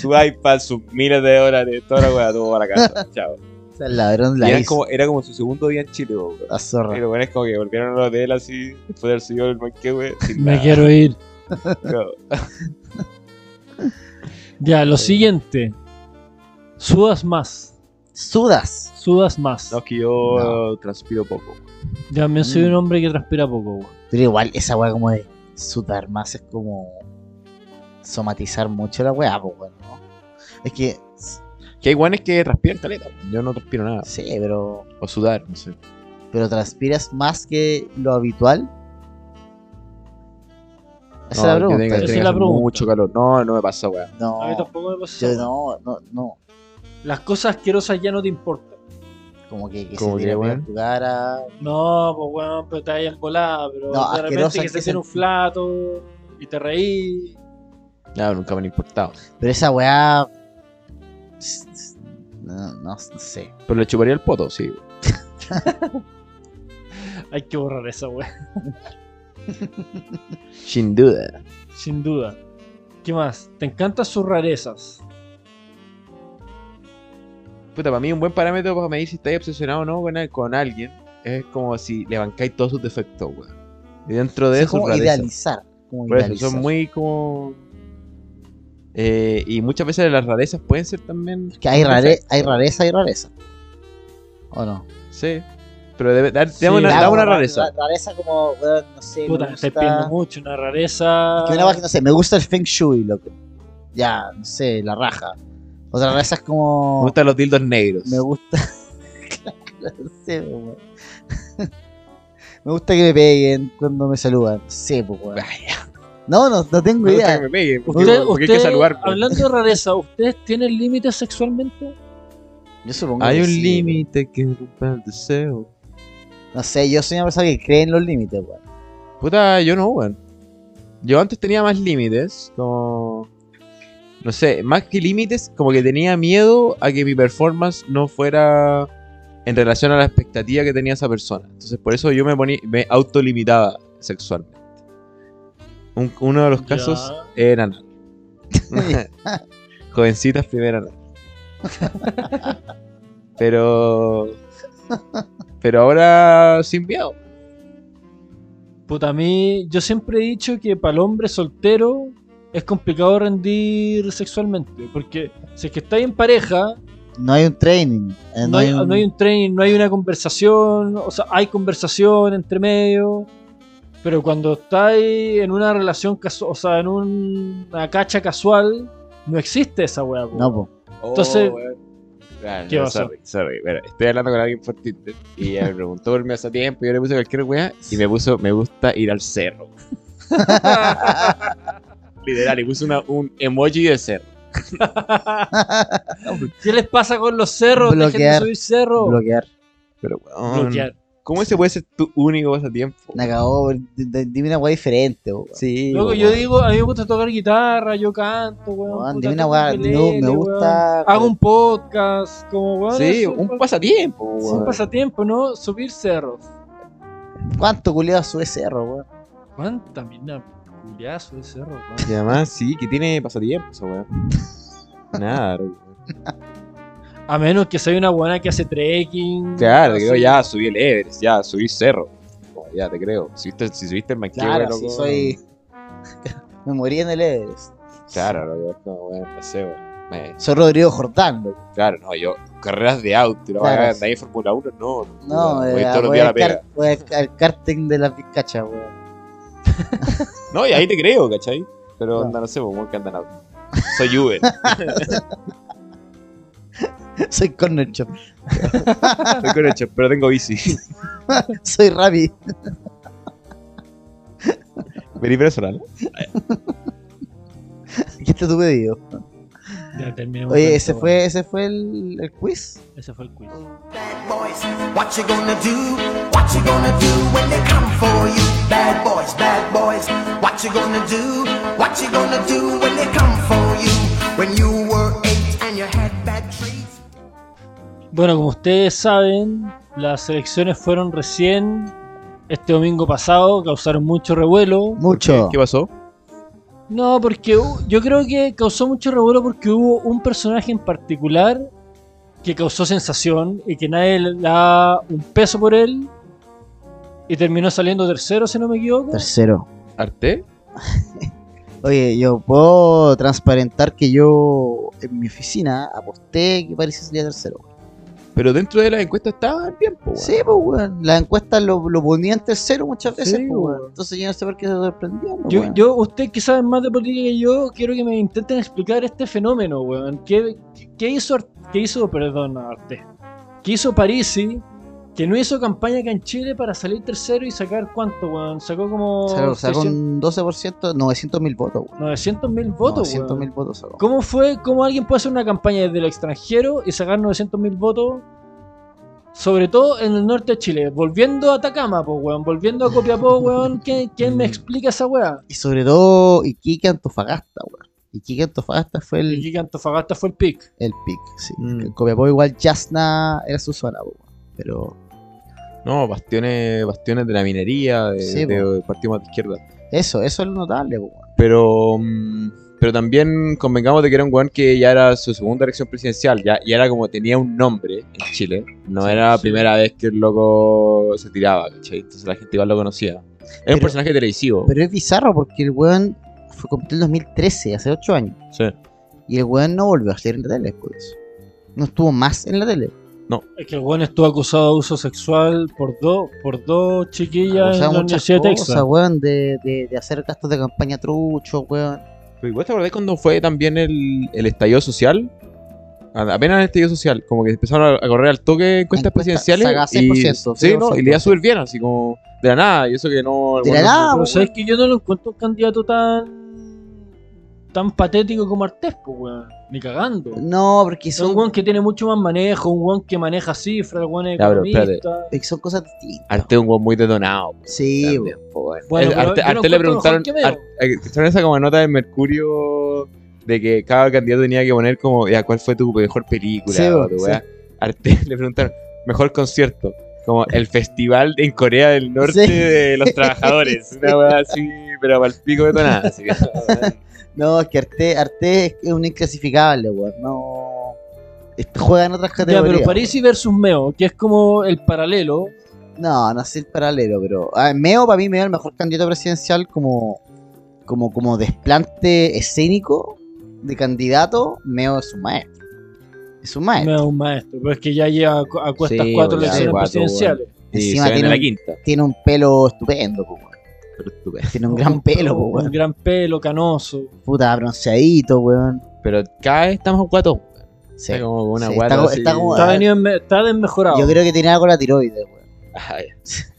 Speaker 3: Su iPad, sus miles de dólares, toda la weá, todo para
Speaker 1: <laughs>
Speaker 3: la casa. Chao.
Speaker 1: O sea, el ladrón
Speaker 3: Y
Speaker 1: la
Speaker 3: era
Speaker 1: hizo.
Speaker 3: como, era como su segundo día en Chile, weón.
Speaker 1: La
Speaker 3: Y
Speaker 1: zorra.
Speaker 3: los weones como que volvieron al hotel así, después de haber subido el manqué, weón. sin
Speaker 2: Me
Speaker 3: nada,
Speaker 2: quiero ir.
Speaker 3: weón.
Speaker 2: Ya, lo siguiente. Sudas más.
Speaker 1: Sudas.
Speaker 2: Sudas más.
Speaker 3: No, es que yo
Speaker 1: No.
Speaker 3: transpiro poco. weón.
Speaker 2: Ya me soy
Speaker 1: Mm.
Speaker 2: un hombre que transpira poco, weón.
Speaker 1: Pero igual, esa weá como de sudar más es como somatizar mucho la weá, pues bueno. ¿no? Es que,
Speaker 3: Que hay weones que transpiran caleta, weón. Yo no transpiro nada.
Speaker 1: sí, pero,
Speaker 3: O sudar, no sé.
Speaker 1: pero transpiras más que lo habitual. Esa es la
Speaker 3: No, que
Speaker 1: pregunta.
Speaker 3: tenga-
Speaker 2: Esa
Speaker 3: tenga
Speaker 2: es la
Speaker 3: hacer
Speaker 2: pregunta.
Speaker 3: Mucho calor. No, no me pasa, weón.
Speaker 1: No,
Speaker 2: A mí tampoco me pasa.
Speaker 1: yo no, no, no.
Speaker 2: Las cosas asquerosas ya no te importan.
Speaker 1: Como que, que se
Speaker 3: Como que,
Speaker 1: tira a pegar
Speaker 3: weón.
Speaker 1: tu cara.
Speaker 2: No, pues weón, pero te vayan volada, pero
Speaker 1: No,
Speaker 2: de
Speaker 1: asquerosa,
Speaker 2: repente
Speaker 1: ¿en
Speaker 2: que
Speaker 1: qué
Speaker 2: se tiene
Speaker 1: sentido?
Speaker 2: un flato y te reí.
Speaker 3: Claro, nunca me han importado.
Speaker 1: Pero esa weá. No, no sé.
Speaker 3: Pero le chuparía el poto, sí.
Speaker 2: Hay que borrar esa weón,
Speaker 3: Sin duda.
Speaker 2: <laughs> sin duda. ¿Qué más? ¿Te encantan sus rarezas?
Speaker 3: Puta, para mí un buen parámetro para medir si estáis obsesionado o no con, al- con alguien es como si le bancáis todos sus defectos, weón. Y dentro de
Speaker 1: Es
Speaker 3: eso,
Speaker 1: como
Speaker 3: rarezas.
Speaker 1: idealizar. Como
Speaker 3: Por eso,
Speaker 1: idealizar.
Speaker 3: son muy como... Eh, y muchas veces las rarezas pueden ser también...
Speaker 1: Que hay, rare,
Speaker 3: defectos.
Speaker 1: hay rareza y rareza. ¿O no?
Speaker 3: Sí. Pero debe, dar,
Speaker 2: Sí,
Speaker 3: dame una,
Speaker 2: claro,
Speaker 3: dame una
Speaker 1: ra-
Speaker 3: rareza.
Speaker 1: ra- Rareza como, weón, no sé. me
Speaker 2: Puta,
Speaker 1: gusta-
Speaker 2: te pierdo mucho, una rareza.
Speaker 1: Que una vaca, no sé, me gusta el Feng Shui, loco. Ya, no sé, la raja. Otra rareza es
Speaker 3: Me
Speaker 1: como.
Speaker 3: gustan los dildos negros.
Speaker 1: Me gusta. <laughs> Claro, no sé, po, weón. <laughs> Me gusta que me peguen cuando me saludan. No sé, po, weón.
Speaker 3: Vaya,
Speaker 1: No, no, no tengo
Speaker 3: me gusta que
Speaker 1: idea.
Speaker 3: me peguen, porque,
Speaker 2: Usted,
Speaker 3: porque hay
Speaker 2: usted-
Speaker 3: que pues. saludarme.
Speaker 2: hablando de rareza, ¿ustedes tienen límites sexualmente?
Speaker 1: Yo supongo
Speaker 3: Hay
Speaker 1: que
Speaker 3: un
Speaker 1: sí,
Speaker 3: límite que rompe el deseo.
Speaker 1: pero- No sé, yo soy una persona que cree en los límites, weón.
Speaker 3: Puta, yo no, weón. Yo antes tenía más límites, como... No sé, más que límites, como que tenía miedo a que mi performance no fuera en relación a la expectativa que tenía esa persona. Entonces por eso yo me ponía, me autolimitaba sexualmente. Un- uno de los casos era anal. Jovencitas primero anal. Pero... Pero ahora sin miedo.
Speaker 2: Puta, a mí yo siempre he dicho que para el hombre soltero es complicado rendir sexualmente. Porque si es que estáis en pareja,
Speaker 1: No hay un training. eh,
Speaker 2: no hay,
Speaker 1: un-
Speaker 2: no hay un training, no hay una conversación, o sea, hay conversación entre medio, pero cuando estáis en una relación, casu- o sea, en un- una cacha casual, no existe esa weá. po.
Speaker 1: No, po.
Speaker 3: Oh,
Speaker 2: Entonces- ¿Qué
Speaker 3: ¿Qué
Speaker 2: pasó?
Speaker 3: Ah, Sorry, sorry. Mira, estoy hablando con alguien por Tinder y ella me preguntó por mí hace tiempo. Yo le puse cualquier weá y me puso, me gusta ir al cerro. Literal, y puse una- un emoji de cerro.
Speaker 2: ¿Qué les pasa con los cerros? Dejen de
Speaker 1: Bloquear.
Speaker 2: subir cerros.
Speaker 1: Bloquear.
Speaker 3: Pero, weón,
Speaker 2: Bloquear.
Speaker 3: ¿cómo ese puede ser tu único pasatiempo?
Speaker 1: Me acabó. d- d- Dime una weá diferente, po.
Speaker 3: Sí.
Speaker 2: Loco,
Speaker 3: weón.
Speaker 2: yo digo, a mí me gusta tocar guitarra, yo canto, weón.
Speaker 1: Weón,
Speaker 2: puta,
Speaker 1: dime una
Speaker 2: toco
Speaker 1: weá,
Speaker 2: ukelele,
Speaker 1: no, me gusta-
Speaker 2: Hago un podcast, como weón.
Speaker 3: Sí,
Speaker 2: eso,
Speaker 3: un pasatiempo,
Speaker 2: un
Speaker 3: weón.
Speaker 2: pasatiempo, ¿no? Subir cerros.
Speaker 1: ¿Cuánto culiado sube cerro, weón?
Speaker 2: ¿Cuánta mina culiada subir cerros, weón?
Speaker 3: Y además, sí, que tiene pasatiempo esa weá. Nada, weón.
Speaker 2: A menos que sea una buena que hace trekking.
Speaker 3: Claro,
Speaker 2: así.
Speaker 3: digo, ya subí el Everest, ya subí cerro. Oh, ya te creo. Subiste- si subiste el Manquehue,
Speaker 1: Claro,
Speaker 3: loco,
Speaker 1: si soy. <laughs> me morí en el Everest.
Speaker 3: Claro, loco, es como, weón, no sé, weón. Me-
Speaker 1: Soy Rodrigo Jordán, loco.
Speaker 3: Claro, no, yo, carreras de auto, la
Speaker 1: Claro.
Speaker 3: weá, andáis en Fórmula 1, no.
Speaker 1: No,
Speaker 3: weón,
Speaker 1: eh,
Speaker 3: voy todos los
Speaker 1: voy
Speaker 3: días a la
Speaker 1: al,
Speaker 3: pega.
Speaker 1: car- voy al, al karting de las bizcachas, weón. <laughs>
Speaker 3: No, y ahí te creo, ¿cachai? Pero
Speaker 1: Claro.
Speaker 3: onda, no sé, weón, que andan auto. Soy
Speaker 1: <laughs>
Speaker 3: Uber.
Speaker 1: Soy Corner Shop.
Speaker 3: Soy con hecho, pero tengo bici.
Speaker 1: <laughs>
Speaker 3: <laughs>
Speaker 1: Soy <laughs> Rappi.
Speaker 3: Vení venezolano.
Speaker 1: ¿Qué te tu pedido?
Speaker 2: Ya terminemos con
Speaker 1: Oye, ese
Speaker 2: esto, weón.
Speaker 1: fue, ese fue el, el quiz.
Speaker 2: Ese fue el quiz.
Speaker 5: Bad boys, what you gonna do? What you gonna do when they come for you? Bad boys, bad boys, what you gonna do? What you gonna do when they come for you? When you were eight and you had bad treats.
Speaker 2: Bueno, como ustedes saben, las elecciones fueron recién este domingo pasado, causaron mucho revuelo.
Speaker 1: Mucho.
Speaker 3: ¿Qué pasó?
Speaker 2: No, porque hu- yo creo que causó mucho revuelo porque hubo un personaje en particular que causó sensación y que nadie le da un peso por él. Y terminó saliendo tercero, si no me equivoco.
Speaker 1: Tercero.
Speaker 3: ¿Arte?
Speaker 1: Oye, yo puedo transparentar que yo en mi oficina aposté que París sería tercero.
Speaker 3: Pero dentro de la encuesta estaba el tiempo, weón.
Speaker 1: Sí, pues, weón. Las encuestas lo, lo ponían tercero muchas veces,
Speaker 3: Sí,
Speaker 1: pues, weón.
Speaker 3: weón.
Speaker 1: Entonces yo no sé por qué se sorprendían. pues,
Speaker 2: Yo,
Speaker 1: weón.
Speaker 2: yo, ustedes que saben más de política que yo, quiero que me intenten explicar este fenómeno, weón. ¿Qué, qué hizo, Ar- qué hizo, perdón, no, Arte? ¿Qué hizo Parisi que no hizo campaña acá en Chile para salir tercero y sacar cuánto, weón? Sacó como
Speaker 1: Sacó- sacó un 12%, 900 mil votos, weón.
Speaker 2: 900 mil votos,
Speaker 1: 900
Speaker 2: weón.
Speaker 1: mil votos sacó.
Speaker 2: ¿Cómo fue, cómo alguien puede hacer una campaña desde lo extranjero y sacar 900 mil votos? Sobre todo en el norte de Chile, volviendo a Atacama, pues, weón, volviendo a Copiapó, weón, ¿quién, quién
Speaker 1: Mm.
Speaker 2: me explica esa weá?
Speaker 1: Y sobre todo Iquique Antofagasta, weón. Iquique Antofagasta fue
Speaker 2: Y
Speaker 1: el,
Speaker 2: que Antofagasta fue el pick.
Speaker 1: el pick, sí.
Speaker 3: Mm.
Speaker 1: En Copiapó igual Jasna era su zona, pues, weón. Pero
Speaker 3: No, bastiones, bastiones de la minería, de,
Speaker 1: Sí,
Speaker 3: de-
Speaker 1: po.
Speaker 3: del partido más de izquierda.
Speaker 1: eso, eso es lo notable, pues, weón.
Speaker 3: Pero, mm, pero también convengamos de que era un weón que ya era su segunda elección presidencial, ya, ya era como tenía un nombre en Chile. No
Speaker 2: Sí,
Speaker 3: era la
Speaker 2: sí.
Speaker 3: primera vez que el loco se tiraba, ¿cachai? Entonces la gente igual lo conocía. Era
Speaker 1: Pero-
Speaker 3: un personaje televisivo.
Speaker 1: Pero es bizarro porque el weón fue completo en 2013, hace 8 años.
Speaker 3: sí.
Speaker 1: Y el weón no volvió a salir en la tele después de eso. No estuvo más en la tele.
Speaker 2: Es que el weón estuvo acusado de abuso sexual por dos por dos chiquillas en
Speaker 1: Acusaba
Speaker 2: la
Speaker 1: muchas
Speaker 2: Universidad de Texas.
Speaker 1: cosas, weón, de, de- de hacer gastos de campaña trucho, weón.
Speaker 3: Pero igual te acordás cuando fue también el, el estallido social. A- Apenas el estallido social, como que empezaron a a correr al toque
Speaker 1: Encuesta,
Speaker 3: encuestas presidenciales.
Speaker 1: saca
Speaker 3: y,
Speaker 1: 6%,
Speaker 3: sí, no, y le iba
Speaker 1: 0%.
Speaker 3: súper bien, así como de la nada. Y eso que no. el
Speaker 1: De la
Speaker 3: weón no-
Speaker 1: nada,
Speaker 2: Pero
Speaker 1: Ah, weón.
Speaker 2: sabes que yo no lo encuentro un candidato tan tan patético como Artespo, weón. Ni cagando.
Speaker 1: No, porque
Speaker 2: Es un
Speaker 1: son,
Speaker 2: weón que tiene mucho más manejo, un weón que maneja cifras, un weón es
Speaker 3: Ya, pero
Speaker 2: economista.
Speaker 1: porque son cosas distintas.
Speaker 3: Arte Ah, este es un weón muy detonado.
Speaker 1: Sí,
Speaker 3: También,
Speaker 1: weón.
Speaker 2: Bueno,
Speaker 3: El-
Speaker 2: pero
Speaker 3: Arte,
Speaker 2: yo lo
Speaker 3: Arte le
Speaker 2: encuentro mejor
Speaker 3: preguntaron.
Speaker 2: que Meo.
Speaker 3: Ar- eh, ¿Son esa como nota de Mercurio de que cada candidato tenía que poner como, ya, ¿cuál fue tu mejor película?
Speaker 1: Sí,
Speaker 3: o
Speaker 1: bo,
Speaker 3: tu
Speaker 1: sí.
Speaker 3: weá? Arte <laughs> le preguntaron, mejor concierto. Como el festival en Corea del Norte
Speaker 1: Sí.
Speaker 3: de
Speaker 1: <laughs>
Speaker 3: los trabajadores. Una weá así, pero para el pico de tonada.
Speaker 1: <laughs>
Speaker 3: así que-
Speaker 1: No, es que Arte, Arte es un inclasificable, weón. No. est- juegan otras
Speaker 2: Ya,
Speaker 1: categorías.
Speaker 2: pero Parisi versus Meo, que es como el paralelo.
Speaker 1: No, no sé el paralelo, pero. a ver, Meo, para mí, Meo es el mejor candidato presidencial como, como, como desplante escénico de candidato. Meo es un maestro. Es un maestro.
Speaker 2: Meo es un maestro, pero es que ya lleva a cu- a cuestas
Speaker 3: Sí,
Speaker 2: cuatro
Speaker 3: weón, ya,
Speaker 2: elecciones
Speaker 3: cuatro,
Speaker 2: presidenciales.
Speaker 3: Y
Speaker 1: Encima
Speaker 3: se ven en
Speaker 1: tiene
Speaker 3: la
Speaker 1: un-
Speaker 3: quinta.
Speaker 1: Tiene un pelo estupendo, po, weón. <laughs>
Speaker 3: Pero estupendo.
Speaker 1: Tiene un gran pelo, po,
Speaker 2: Un
Speaker 1: weón.
Speaker 2: gran pelo, canoso.
Speaker 1: Puta, bronceadito, weón.
Speaker 3: Pero cada vez estamos guatos.
Speaker 1: Sí.
Speaker 3: Está como una
Speaker 1: Sí,
Speaker 3: guata
Speaker 1: está co-
Speaker 3: así.
Speaker 1: está como-
Speaker 2: Está, venido en- está desmejorado.
Speaker 1: Yo creo que tiene algo la tiroides, weón.
Speaker 3: Ay,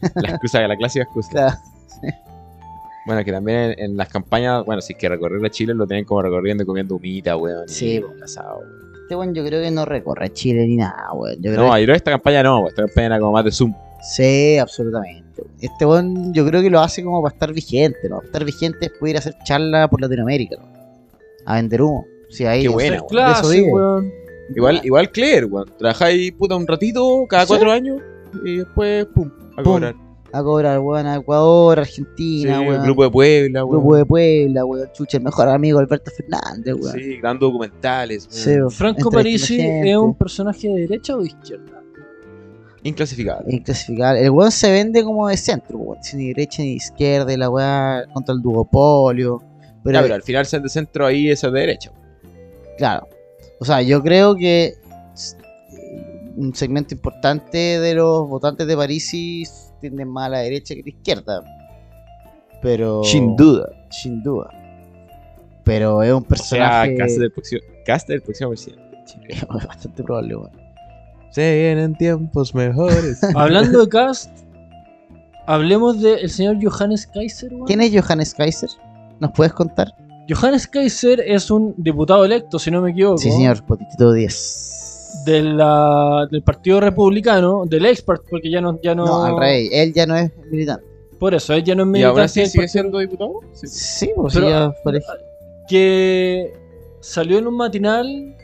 Speaker 3: <laughs> La excusa, la clásica excusa.
Speaker 1: Claro.
Speaker 3: Bueno, que también en, en las campañas, bueno, si es que recorrer a Chile lo tienen como recorriendo y comiendo humita, weón. y
Speaker 1: Sí, po.
Speaker 3: asado, weón.
Speaker 1: Este weón yo creo que no recorre Chile ni nada, weón. Yo creo
Speaker 3: No, yo creo que esta campaña no, weón, esta campaña era como más de Zoom.
Speaker 1: Sí, absolutamente. Este buen yo creo que lo hace como para estar vigente, ¿no? Para estar vigente es poder ir a hacer charla por Latinoamérica, ¿no? A vender humo. Sí, ahí.
Speaker 3: Qué
Speaker 1: o sea,
Speaker 3: buena,
Speaker 2: Es
Speaker 3: weón.
Speaker 2: clase,
Speaker 1: De eso vive.
Speaker 2: weón.
Speaker 3: Igual, igual Claire, weón. Trabajáis puta un ratito cada
Speaker 1: Sí.
Speaker 3: cuatro años y después, pum, a
Speaker 1: Pum,
Speaker 3: cobrar.
Speaker 1: A cobrar, weón, a Ecuador,
Speaker 3: Sí,
Speaker 1: Argentina, weón.
Speaker 3: Grupo de Puebla, weón.
Speaker 1: Grupo de Puebla, weón. Chucha, el mejor amigo Alberto Fernández, weón.
Speaker 3: Sí, grandes documentales, weón.
Speaker 1: Sí, weón.
Speaker 2: Franco
Speaker 1: Entrevista
Speaker 2: Parisi
Speaker 1: a gente.
Speaker 2: es un personaje de derecha o de izquierda.
Speaker 1: Eh,
Speaker 3: Inclasificable.
Speaker 1: Inclasificable. El weón se vende como de centro, weón. Sin ni derecha ni izquierda, y la weá contra el duopolio. Pero,
Speaker 3: Ya, pero al final ser de centro ahí es de derecha. weón.
Speaker 1: Claro. O sea, yo creo que s- un segmento importante de los votantes de Parisi tienden más a la derecha que a la izquierda. Pero.
Speaker 3: duda.
Speaker 1: Sin duda. Pero es un
Speaker 3: O sea,
Speaker 1: personaje.
Speaker 3: casta del próximo, casta del próximo presidente. de Chile.
Speaker 1: <laughs> es bastante probable, weón.
Speaker 3: Se vienen
Speaker 1: <laughs>
Speaker 3: tiempos mejores.
Speaker 2: Hablando de cast, hablemos del señor Johannes Kaiser, weón.
Speaker 1: ¿Quién es Johannes Kaiser? ¿Nos puedes contar?
Speaker 2: Johannes Kaiser es un diputado electo, si no me equivoco.
Speaker 1: Sí, señor, Potitito 10.
Speaker 2: de la- del Partido Republicano, del ex part- porque ya no, ya no,
Speaker 1: No, al rey. Él ya no es militante.
Speaker 2: Por eso, ella no es
Speaker 3: ¿Y ahora
Speaker 2: militante
Speaker 3: sí
Speaker 2: del
Speaker 3: sigue
Speaker 2: partido,
Speaker 3: siendo diputado? Sí.
Speaker 1: Sí, pues
Speaker 2: Pero-
Speaker 1: ya por ej-
Speaker 2: que salió en un matinal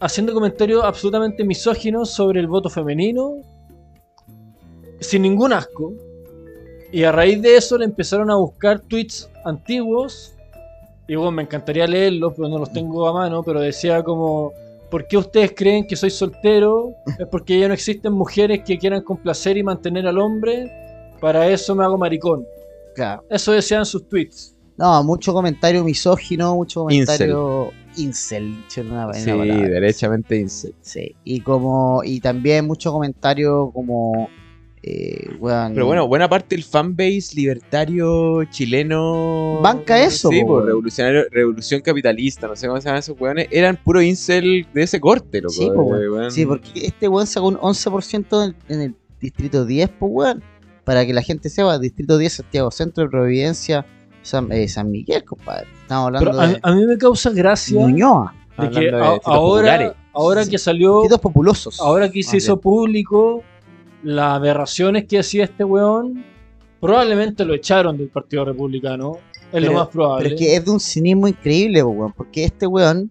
Speaker 2: haciendo comentarios absolutamente misóginos sobre el voto femenino, sin ningún asco. Y a raíz de eso le empezaron a buscar tweets antiguos. Y bueno, me encantaría leerlos, pero no los tengo a mano. Pero decía como, ¿por qué ustedes creen que soy soltero? Es porque ya no existen mujeres que quieran complacer y mantener al hombre. Para eso me hago maricón.
Speaker 1: Claro.
Speaker 2: Eso decían sus tweets.
Speaker 1: No, mucho comentario misógino, mucho comentario incel. dicho en una- en
Speaker 3: Sí,
Speaker 1: una palabra.
Speaker 3: derechamente incel.
Speaker 1: Sí, y como y también mucho comentario como eh, weón,
Speaker 3: Pero bueno, buena parte del fanbase libertario chileno.
Speaker 1: Banca eso,
Speaker 3: Sí,
Speaker 1: po,
Speaker 3: po,
Speaker 1: weón.
Speaker 3: revolucionario, revolución capitalista, no sé cómo se llaman esos weones. Eran puro incel de ese corte, loco.
Speaker 1: Sí, po,
Speaker 3: de-
Speaker 1: weón.
Speaker 3: weón.
Speaker 1: sí, porque este weón sacó un 11% en, en el distrito 10, pues weón, para que la gente sepa, distrito 10 Santiago Centro de Providencia, San, eh, San Miguel, compadre. Estamos hablando
Speaker 2: Pero a,
Speaker 1: de
Speaker 2: a mí me causa gracia
Speaker 1: Ñuñoa,
Speaker 2: de
Speaker 3: Hablando
Speaker 2: que
Speaker 3: de
Speaker 2: a-
Speaker 3: distritos populares.
Speaker 2: ahora, ahora
Speaker 1: Sí.
Speaker 2: que salió,
Speaker 1: distritos populosos. Ah,
Speaker 2: ahora que se
Speaker 1: Más
Speaker 2: hizo público las aberraciones que hacía este weón, probablemente lo echaron del Partido Republicano. Es
Speaker 1: Pero-
Speaker 2: lo más probable.
Speaker 1: Pero es que es de un cinismo increíble, po, weón, porque este weón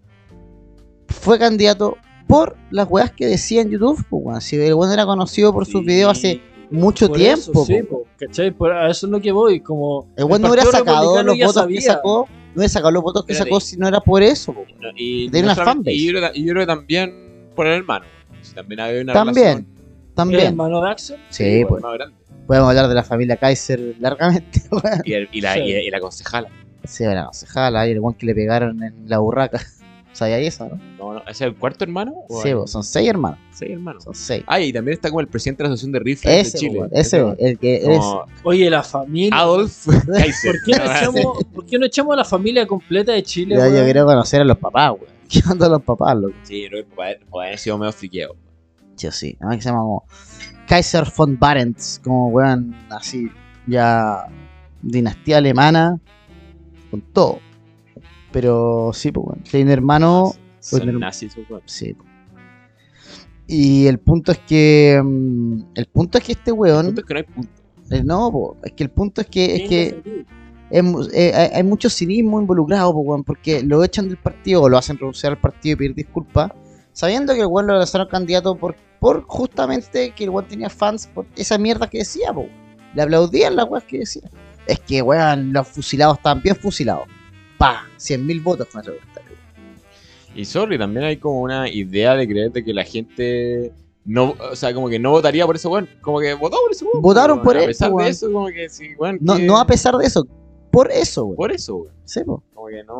Speaker 1: fue candidato por las weas que decía en YouTube, po, weón. Si el weón era conocido por sus
Speaker 3: Sí.
Speaker 1: videos hace mucho
Speaker 2: Por
Speaker 1: tiempo,
Speaker 2: eso,
Speaker 1: po,
Speaker 2: sí, po, ¿cachai? Por- a eso es lo que voy. Como
Speaker 1: El weón no hubiera
Speaker 2: Partido
Speaker 1: sacado
Speaker 2: Republicano
Speaker 1: los
Speaker 2: ya
Speaker 1: votos
Speaker 2: sabía.
Speaker 1: que sacó, no hubiera sacado los votos que
Speaker 3: Espérate.
Speaker 1: sacó si no era por eso. po.
Speaker 3: No, Y,
Speaker 1: Tiene
Speaker 3: no
Speaker 1: una
Speaker 3: solamente-
Speaker 1: fanbase.
Speaker 3: y yo, creo- y yo creo que también por el hermano. Si también había una
Speaker 1: También,
Speaker 3: relación
Speaker 2: el
Speaker 1: también.
Speaker 2: hermano de Axel,
Speaker 1: Sí,
Speaker 3: igual
Speaker 1: pues.
Speaker 3: más grande.
Speaker 1: Podemos hablar de la familia Kaiser largamente. <laughs> weón.
Speaker 3: Y, el- y la,
Speaker 2: <laughs> Sí.
Speaker 3: y, y la concejala.
Speaker 1: sí, bueno, se jala, y el weón que le pegaron en la burraca. <laughs> ¿Sabía eso, no?
Speaker 3: No, no, ¿Es el cuarto hermano? o
Speaker 1: Sí,
Speaker 3: el-
Speaker 1: po, son seis hermanos,
Speaker 3: Sí, hermano.
Speaker 1: son seis.
Speaker 3: Ah, y también está como el presidente de la Asociación de Rifles
Speaker 1: Ese,
Speaker 3: de Chile.
Speaker 1: po, weón, ese,
Speaker 3: weón.
Speaker 1: weón, el que
Speaker 3: Como
Speaker 2: oye, la
Speaker 1: Ah,
Speaker 2: familia.
Speaker 3: Adolf Kaiser.
Speaker 2: ¿Por
Speaker 3: <laughs>
Speaker 2: qué,
Speaker 1: <laughs>
Speaker 2: no
Speaker 3: No,
Speaker 2: echamos, por qué no echamos a la familia completa de Chile?
Speaker 1: es. Ya, yo
Speaker 2: weón?
Speaker 1: quiero conocer a los papás, weón. <laughs> ¿Qué onda los papás, loco?
Speaker 3: Sí, yo creo que puede puede haber sido medio friqueo.
Speaker 1: Yo sí, además que se llama como Kaiser von Barents, como weón, así, ya dinastía alemana, con todo. Pero sí, pues weón, tiene un hermano,
Speaker 3: Son
Speaker 1: tener-
Speaker 3: nazis, esos weones.
Speaker 1: sí. po. Y el punto es que, mm, el punto es que este
Speaker 2: Mm.
Speaker 3: El
Speaker 1: weón,
Speaker 3: punto es que no hay punto.
Speaker 1: eh, no, po, es que el punto es que, es que
Speaker 2: Indefendible.
Speaker 1: es mu- eh, hay- hay mucho cinismo involucrado, po, weón, porque lo echan del partido o lo hacen renunciar al partido y pedir disculpas, sabiendo que el weón lo lanzaron candidato por, por justamente que el weón tenía fans por esa mierda que decía, po, weón. le aplaudían las weas que decía. Es que, weón, los fusilados estaban bien fusilados. Pa, 100.000 votos con ese comentario.
Speaker 3: Y sorry, también hay como una idea de creer de que la gente no, o sea, como que no votaría por ese weón. Como que votó por ese weón.
Speaker 1: Votaron
Speaker 3: weón.
Speaker 1: por
Speaker 3: A
Speaker 1: este
Speaker 3: pesar
Speaker 1: weón.
Speaker 3: de eso, como que sí, weón.
Speaker 1: No,
Speaker 3: que-
Speaker 1: no a pesar de eso, por eso, güey.
Speaker 3: Eh, Por eso, weón.
Speaker 1: Sí, po.
Speaker 3: Como que no.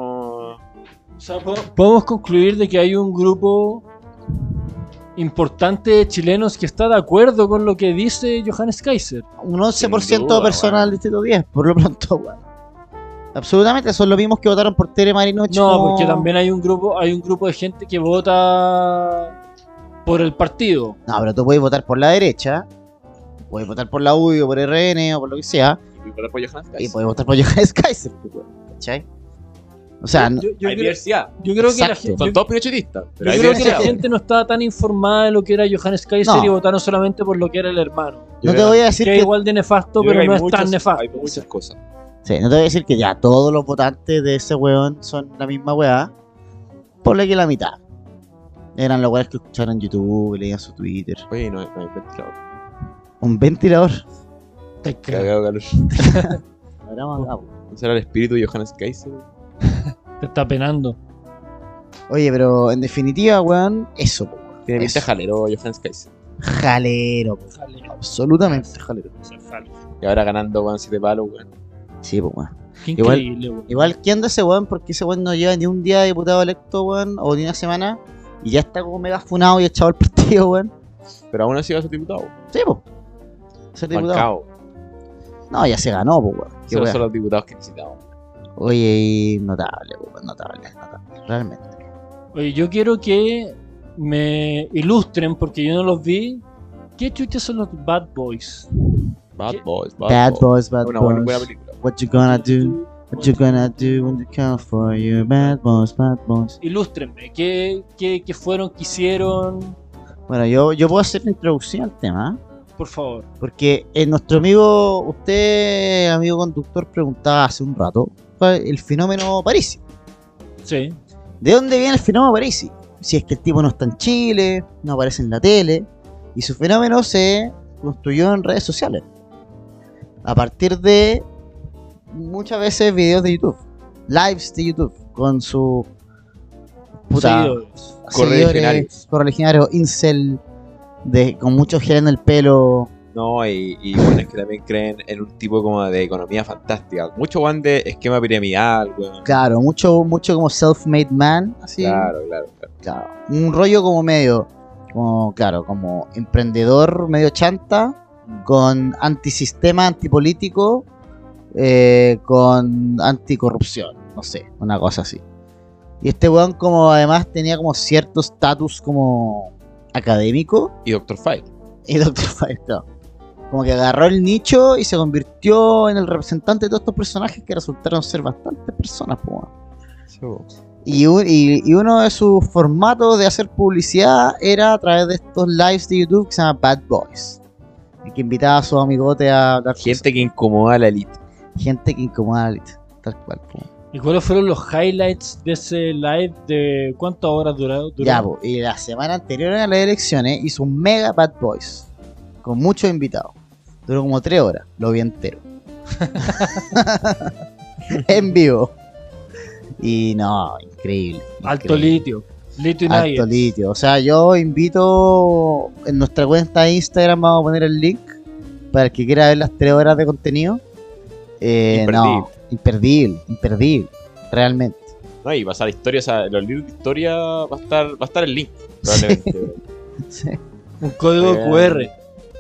Speaker 2: O sea, po- podemos concluir de que hay un grupo importante de chilenos que está de acuerdo con lo que dice Johannes Kaiser.
Speaker 1: Un 11%
Speaker 3: Sin duda,
Speaker 1: de personas
Speaker 3: weón.
Speaker 1: del distrito 10, por lo pronto, güey. Absolutamente, son los mismos que votaron por Tere Marinoche.
Speaker 2: No,
Speaker 1: como-
Speaker 2: porque también hay un grupo, hay un grupo de gente que vota por el partido.
Speaker 1: No, pero tú puedes votar por la derecha, puedes votar por la UDI o por RN o por lo que sea,
Speaker 3: Y votar por Johannes
Speaker 1: y
Speaker 3: Kaiser.
Speaker 2: pues,
Speaker 1: puedes votar por Johannes <laughs> Kaiser, pues, weón, ¿cachai? O sea, no-
Speaker 2: yo, yo
Speaker 3: Hay
Speaker 2: creo,
Speaker 3: diversidad.
Speaker 2: yo creo que la
Speaker 1: Exacto.
Speaker 2: gente,
Speaker 3: Son
Speaker 2: yo-
Speaker 3: todos pinochetistas. Pero
Speaker 2: yo
Speaker 3: hay
Speaker 2: creo que la
Speaker 3: diversidad.
Speaker 2: gente no estaba tan informada de lo que era Johannes Kaiser
Speaker 1: No.
Speaker 2: y votaron solamente por lo que era el hermano.
Speaker 1: no te voy a decir
Speaker 2: que es
Speaker 1: que
Speaker 2: igual de nefasto,
Speaker 3: Yo creo que
Speaker 2: pero
Speaker 3: hay
Speaker 2: no es tan
Speaker 3: muchas-
Speaker 2: nefasto.
Speaker 3: Hay muchas cosas.
Speaker 1: Sí, no te voy a decir que ya todos los votantes de ese weón son la misma weá. Ponle que la mitad. Eran los weones que escucharon en YouTube, leían su Twitter.
Speaker 3: Oye, no, no hay ventilador.
Speaker 1: Un ventilador.
Speaker 3: Cagado, calor.
Speaker 1: Ahora vamos acá, po.
Speaker 3: ¿No será el espíritu de Johannes Kaiser?
Speaker 2: Te está penando.
Speaker 1: Oye, pero en definitiva, weón, eso, po, weón.
Speaker 3: Tiene pinta
Speaker 1: Eso.
Speaker 3: de Este jalero Johannes Kaiser.
Speaker 1: Jalero, po. Absolutamente jalero.
Speaker 3: Y ahora ganando, weón, siete palos, weón.
Speaker 1: Sí, po, weón.
Speaker 2: Qué
Speaker 1: Igual-
Speaker 2: increíble, weón.
Speaker 1: Igual, ¿qué onda ese weón? Porque ese weón no lleva ni un día de diputado electo, weón, o ni una semana. Y ya está como mega funado y echado al <laughs> partido, weón.
Speaker 3: Pero aún así va a ser diputado.
Speaker 1: Sí, po. Ser diputado.
Speaker 3: Bancado.
Speaker 1: No, ya se ganó, po, weón. Qué
Speaker 3: Esos
Speaker 1: weá.
Speaker 3: son los diputados que necesitamos.
Speaker 1: Oye, y notable, po, notable, notable, realmente.
Speaker 2: Oye, yo quiero que me ilustren, porque yo no los vi. ¿Qué chuches son los Bad Boys?
Speaker 3: Bad
Speaker 2: ¿Qué?
Speaker 3: Boys, Bad,
Speaker 1: Bad
Speaker 3: Boys.
Speaker 1: boys, bad
Speaker 3: Una buena, buena
Speaker 1: boys.
Speaker 3: película.
Speaker 1: What you gonna do? What you gonna do when they call for you? Bad boys, bad boys.
Speaker 2: Ilústrenme, ¿qué, qué, qué fueron, qué hicieron?
Speaker 1: Bueno, yo, yo puedo hacer la introducción al tema, ¿eh?
Speaker 2: Por favor.
Speaker 1: porque eh, nuestro amigo, usted, amigo conductor, preguntaba hace un rato ¿cuál es el fenómeno Parisi.
Speaker 2: Sí.
Speaker 1: ¿De dónde viene el fenómeno Parisi? Si es que el tipo no está en Chile, no aparece en la tele, y su fenómeno se construyó en redes sociales. A partir de muchas veces videos de YouTube, lives de YouTube, con su puta
Speaker 2: Seguidores.
Speaker 1: seguidores,
Speaker 3: Correligionarios.
Speaker 1: correligionarios, incel, de, con mucho gel en el pelo.
Speaker 3: No, y, y bueno, es que también creen en un tipo como de economía fantástica. Mucho weón de esquema piramidal, weón.
Speaker 1: Claro, mucho, mucho como self-made man, así.
Speaker 3: Claro, claro, claro.
Speaker 1: Claro, un rollo como medio, como, claro, como emprendedor medio chanta, con antisistema, antipolítico, eh, con anticorrupción, no sé, una cosa así. Y este weón como además tenía como cierto estatus como académico
Speaker 3: Y Doctor Fight.
Speaker 1: y <laughs> Doctor Fire, claro. Como que agarró el nicho y se convirtió en el representante de todos estos personajes que resultaron ser bastantes personas, pues. weón. Y, un- y- y uno de sus formatos de hacer publicidad era a través de estos lives de YouTube que se llama Bad Boys. Y que invitaba a sus amigotes a hablar
Speaker 3: Gente que incomoda a la elite.
Speaker 1: cosas. gente que incomoda al- tal cual. po.
Speaker 2: ¿Y cuáles fueron los highlights de ese live? ¿De cuántas horas duró? duró?
Speaker 1: Ya, pues, po, y la semana anterior a las elecciones hizo un mega Bad Boys con muchos invitados. Duró como tres horas, lo vi entero. <laughs> en vivo. Y no, increíble.
Speaker 2: Alto
Speaker 1: increíble.
Speaker 2: litio. Litio y
Speaker 1: Alto
Speaker 2: Nuggets.
Speaker 1: litio. O sea, yo invito en nuestra cuenta de Instagram, vamos a poner el link para el que quiera ver las tres horas de contenido. Eh,
Speaker 3: Imperdible.
Speaker 1: No, imperdible, imperdible, realmente. <laughs>
Speaker 3: No, y pasar historia, o sea, los libros de historia va a estar, va a estar el link, probablemente.
Speaker 1: <laughs>
Speaker 3: weón.
Speaker 1: Sí.
Speaker 2: Un código
Speaker 3: Eh,
Speaker 2: QR.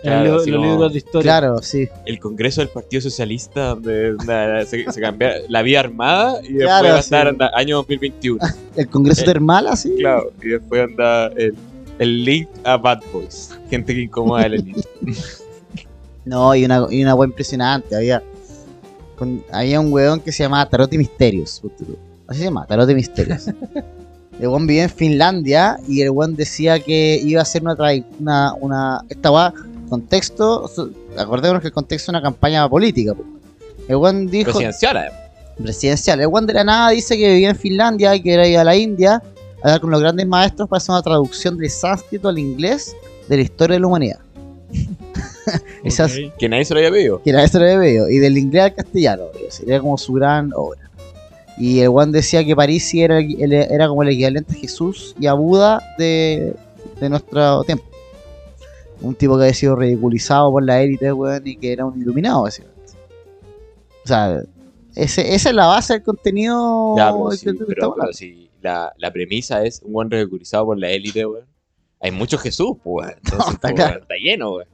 Speaker 3: claro,
Speaker 2: en lo-
Speaker 3: así
Speaker 2: los
Speaker 3: como-
Speaker 2: libros de historia.
Speaker 1: Claro, sí.
Speaker 3: El Congreso del Partido Socialista, donde na, se, se cambia la vía armada y después
Speaker 1: Claro,
Speaker 3: va a
Speaker 1: sí.
Speaker 3: estar na, año 2021.
Speaker 1: El Congreso
Speaker 3: Eh,
Speaker 1: Termal, así.
Speaker 3: Claro, y después anda el, el link a Bad Boys. Gente que incomoda
Speaker 1: <laughs>
Speaker 3: a la elite.
Speaker 1: No, y una, y una wea impresionante. Había, con- había un weón que se llamaba Tarot y Misterios. ponte tú. Así se llama, Tarot y Misterios. el weón vivía en Finlandia y el weón decía que iba a hacer una. trai- una, una esta weá, contexto. su- Acordémonos que el contexto es una campaña política. po. El weón dijo.
Speaker 3: Presidencial, además.
Speaker 1: Presidencial. El weón de la nada dice que vivía en Finlandia y que era ir a la India a hablar con los grandes maestros para hacer una traducción del sánscrito al inglés de la historia de la humanidad.
Speaker 2: Ok.
Speaker 1: Esas-
Speaker 3: Que nadie se lo había pedido.
Speaker 1: que era eso lo había pedido, y del inglés al castellano, obvio, sería como su gran obra. Y el Juan decía que París sí era, el- el- era como el equivalente a Jesús y a Buda de, de nuestro tiempo. Un tipo que había sido ridiculizado por la élite, weón, y que era un iluminado, básicamente. O sea, ese- esa es la base del contenido
Speaker 3: Ya, pero
Speaker 1: del Oh,
Speaker 3: sí,
Speaker 1: que- del que
Speaker 3: pero-
Speaker 1: estamos
Speaker 3: pero sí, la, la premisa es un buen ridiculizado por la élite, weón. Hay mucho Jesús,
Speaker 1: <laughs>
Speaker 3: pues, weón. Entonces,
Speaker 1: está
Speaker 3: pues,
Speaker 1: claro.
Speaker 3: weón, está lleno, weón.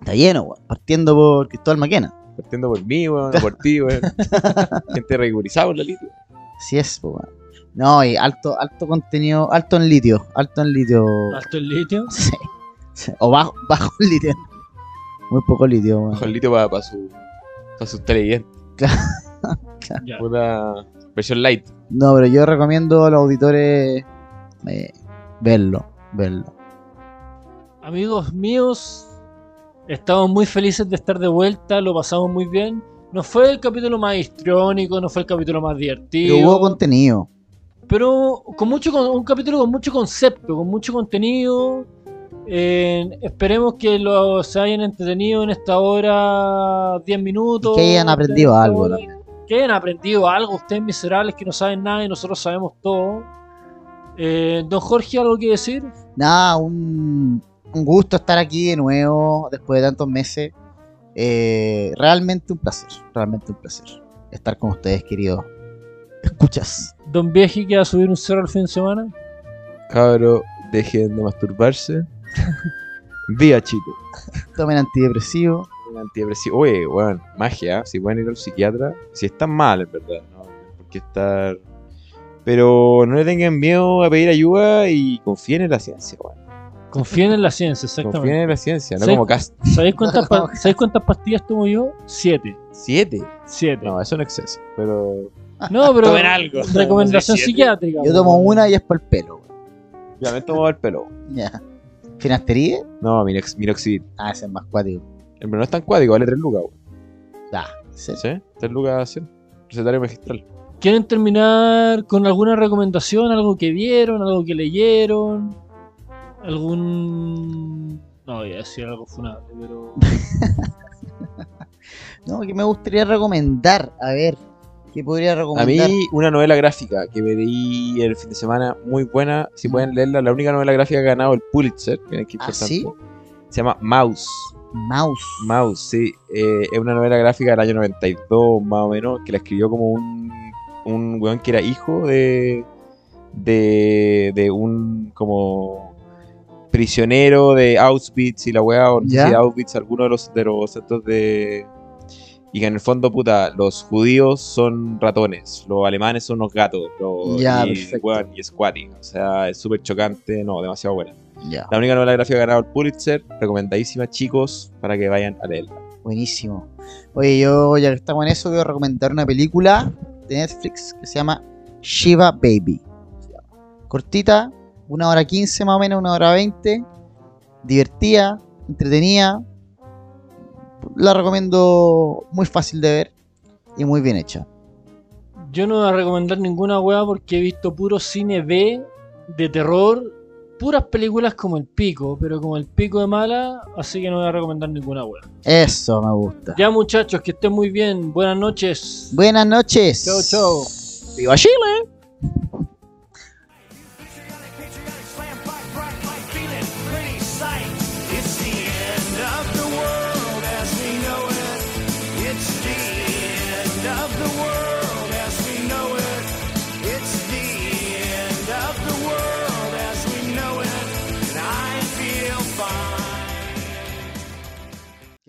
Speaker 1: Está lleno, weón. Partiendo por Cristóbal Maquena.
Speaker 3: Partiendo por mí, weón, por ti,
Speaker 1: <laughs>
Speaker 3: weón. Gente ridiculizada por la élite.
Speaker 1: Así es, po, weón. No, y alto, alto contenido, alto en litio, alto en litio.
Speaker 2: Alto el litio.
Speaker 1: Sí. Sí. O bajo, <laughs> bajo en litio. Muy poco litio, weón.
Speaker 3: Mejor litio para, su, para sus televidentes.
Speaker 2: Ya.
Speaker 3: Puta versión light.
Speaker 1: No, pero yo recomiendo a los auditores eh, verlo, verlo.
Speaker 2: Amigos míos, estamos muy felices de estar de vuelta, lo pasamos muy bien. No fue el capítulo más histriónico, no fue el capítulo más
Speaker 1: Pero
Speaker 2: divertido.
Speaker 1: hubo contenido.
Speaker 2: pero con mucho con- un capítulo con mucho concepto, con mucho contenido. Eh, esperemos que lo, se hayan entretenido en esta hora 10 minutos.
Speaker 1: Y que hayan aprendido
Speaker 2: 30
Speaker 1: algo
Speaker 2: horas. Que hayan aprendido algo, ustedes miserables que no saben nada y nosotros sabemos todo. Eh, don Jorge, ¿algo que decir?
Speaker 1: Nada, un, un gusto estar aquí de nuevo después de tantos meses. Eh, realmente un placer, realmente un placer estar con ustedes, querido. Escuchas.
Speaker 2: Don Vieji que va a subir un cerro el fin de semana.
Speaker 3: Cabro, dejen de masturbarse.
Speaker 1: <laughs>
Speaker 3: Vía chito.
Speaker 1: Tomen antidepresivo.
Speaker 3: Un antidepresivo. Oye, weón, magia. ¿eh? Si pueden ir al psiquiatra, si están mal, en verdad, ¿no? Porque estar. Pero no le tengan miedo a pedir ayuda y confíen en la ciencia, weón.
Speaker 2: Confíen en la ciencia, exactamente.
Speaker 3: Confíen en la ciencia, no
Speaker 2: Sí.
Speaker 3: como cast
Speaker 2: ¿Sabéis cuántas, pa- ¿sabéis cuántas pastillas tomo yo? Siete.
Speaker 3: 7.
Speaker 2: Siete.
Speaker 3: No, eso no es exceso. Pero.
Speaker 2: No, pero
Speaker 3: Tomen algo.
Speaker 2: recomendación
Speaker 3: No sé, siete.
Speaker 2: psiquiátrica.
Speaker 1: Yo tomo
Speaker 2: weón.
Speaker 1: una y es por el pelo. weón.
Speaker 3: Ya me tomo el pelo.
Speaker 1: Ya. ¿Finastería?
Speaker 3: No, minox minoxidil.
Speaker 1: Ah, ese es más cuático.
Speaker 3: El no es tan cuático, vale 3 lucas, weón.
Speaker 1: Ya, sí.
Speaker 3: ¿Sí? 3 lucas 100. Recetario magistral.
Speaker 2: ¿Quieren terminar con alguna recomendación? ¿Algo que vieron? ¿Algo que leyeron? ¿Algún.? No, ya decía algo funable, pero.
Speaker 1: No, que me gustaría recomendar. A ver, ¿qué podría
Speaker 3: A mí,
Speaker 1: recomendar?
Speaker 3: una novela gráfica que me leí el fin de semana, muy buena. Si pueden leerla, la única novela gráfica que ha ganado el Pulitzer. Miren qué
Speaker 1: Mm. ¿Ah,
Speaker 3: importante.
Speaker 1: sí?
Speaker 3: Se llama Mouse.
Speaker 1: Mouse.
Speaker 3: Mouse, sí. Eh, es una novela gráfica del año 92, más o menos, que la escribió como un, un weón que era hijo de, de, de un como prisionero de Auschwitz y la weá, o no sé
Speaker 1: Ya.
Speaker 3: si de Auschwitz, alguno de los, de los centros de... Y que en el fondo, puta, los judíos son ratones, los alemanes son unos gatos, los,
Speaker 1: Ya,
Speaker 3: y,
Speaker 1: perfecto.
Speaker 3: weón, y es cuático, O sea, es súper chocante, no, demasiado buena.
Speaker 1: Ya,
Speaker 3: La única novela gráfica que ha ganado el Pulitzer, recomendadísima, chicos, para que vayan a leerla.
Speaker 1: buenísimo. Oye, yo ya que estamos en eso, voy a recomendar una película de Netflix que se llama Shiva Baby. Se llama. Cortita, una hora 15 más o menos, una hora 20. Divertida, entretenida. La recomiendo muy fácil de ver y muy bien hecha.
Speaker 2: Yo no voy a recomendar ninguna weá porque he visto puro cine B de terror. Puras películas como el pico, pero como el pico de mala, así que no voy a recomendar ninguna weá.
Speaker 1: Eso me gusta.
Speaker 2: Ya muchachos, que estén muy bien. Buenas noches.
Speaker 1: Buenas noches.
Speaker 2: Chau, chau.
Speaker 1: ¡Viva Chile!
Speaker 5: Patriotic slam bike, bright light, feeling pretty sight. It's the end of the world as we know it. It's the end of the world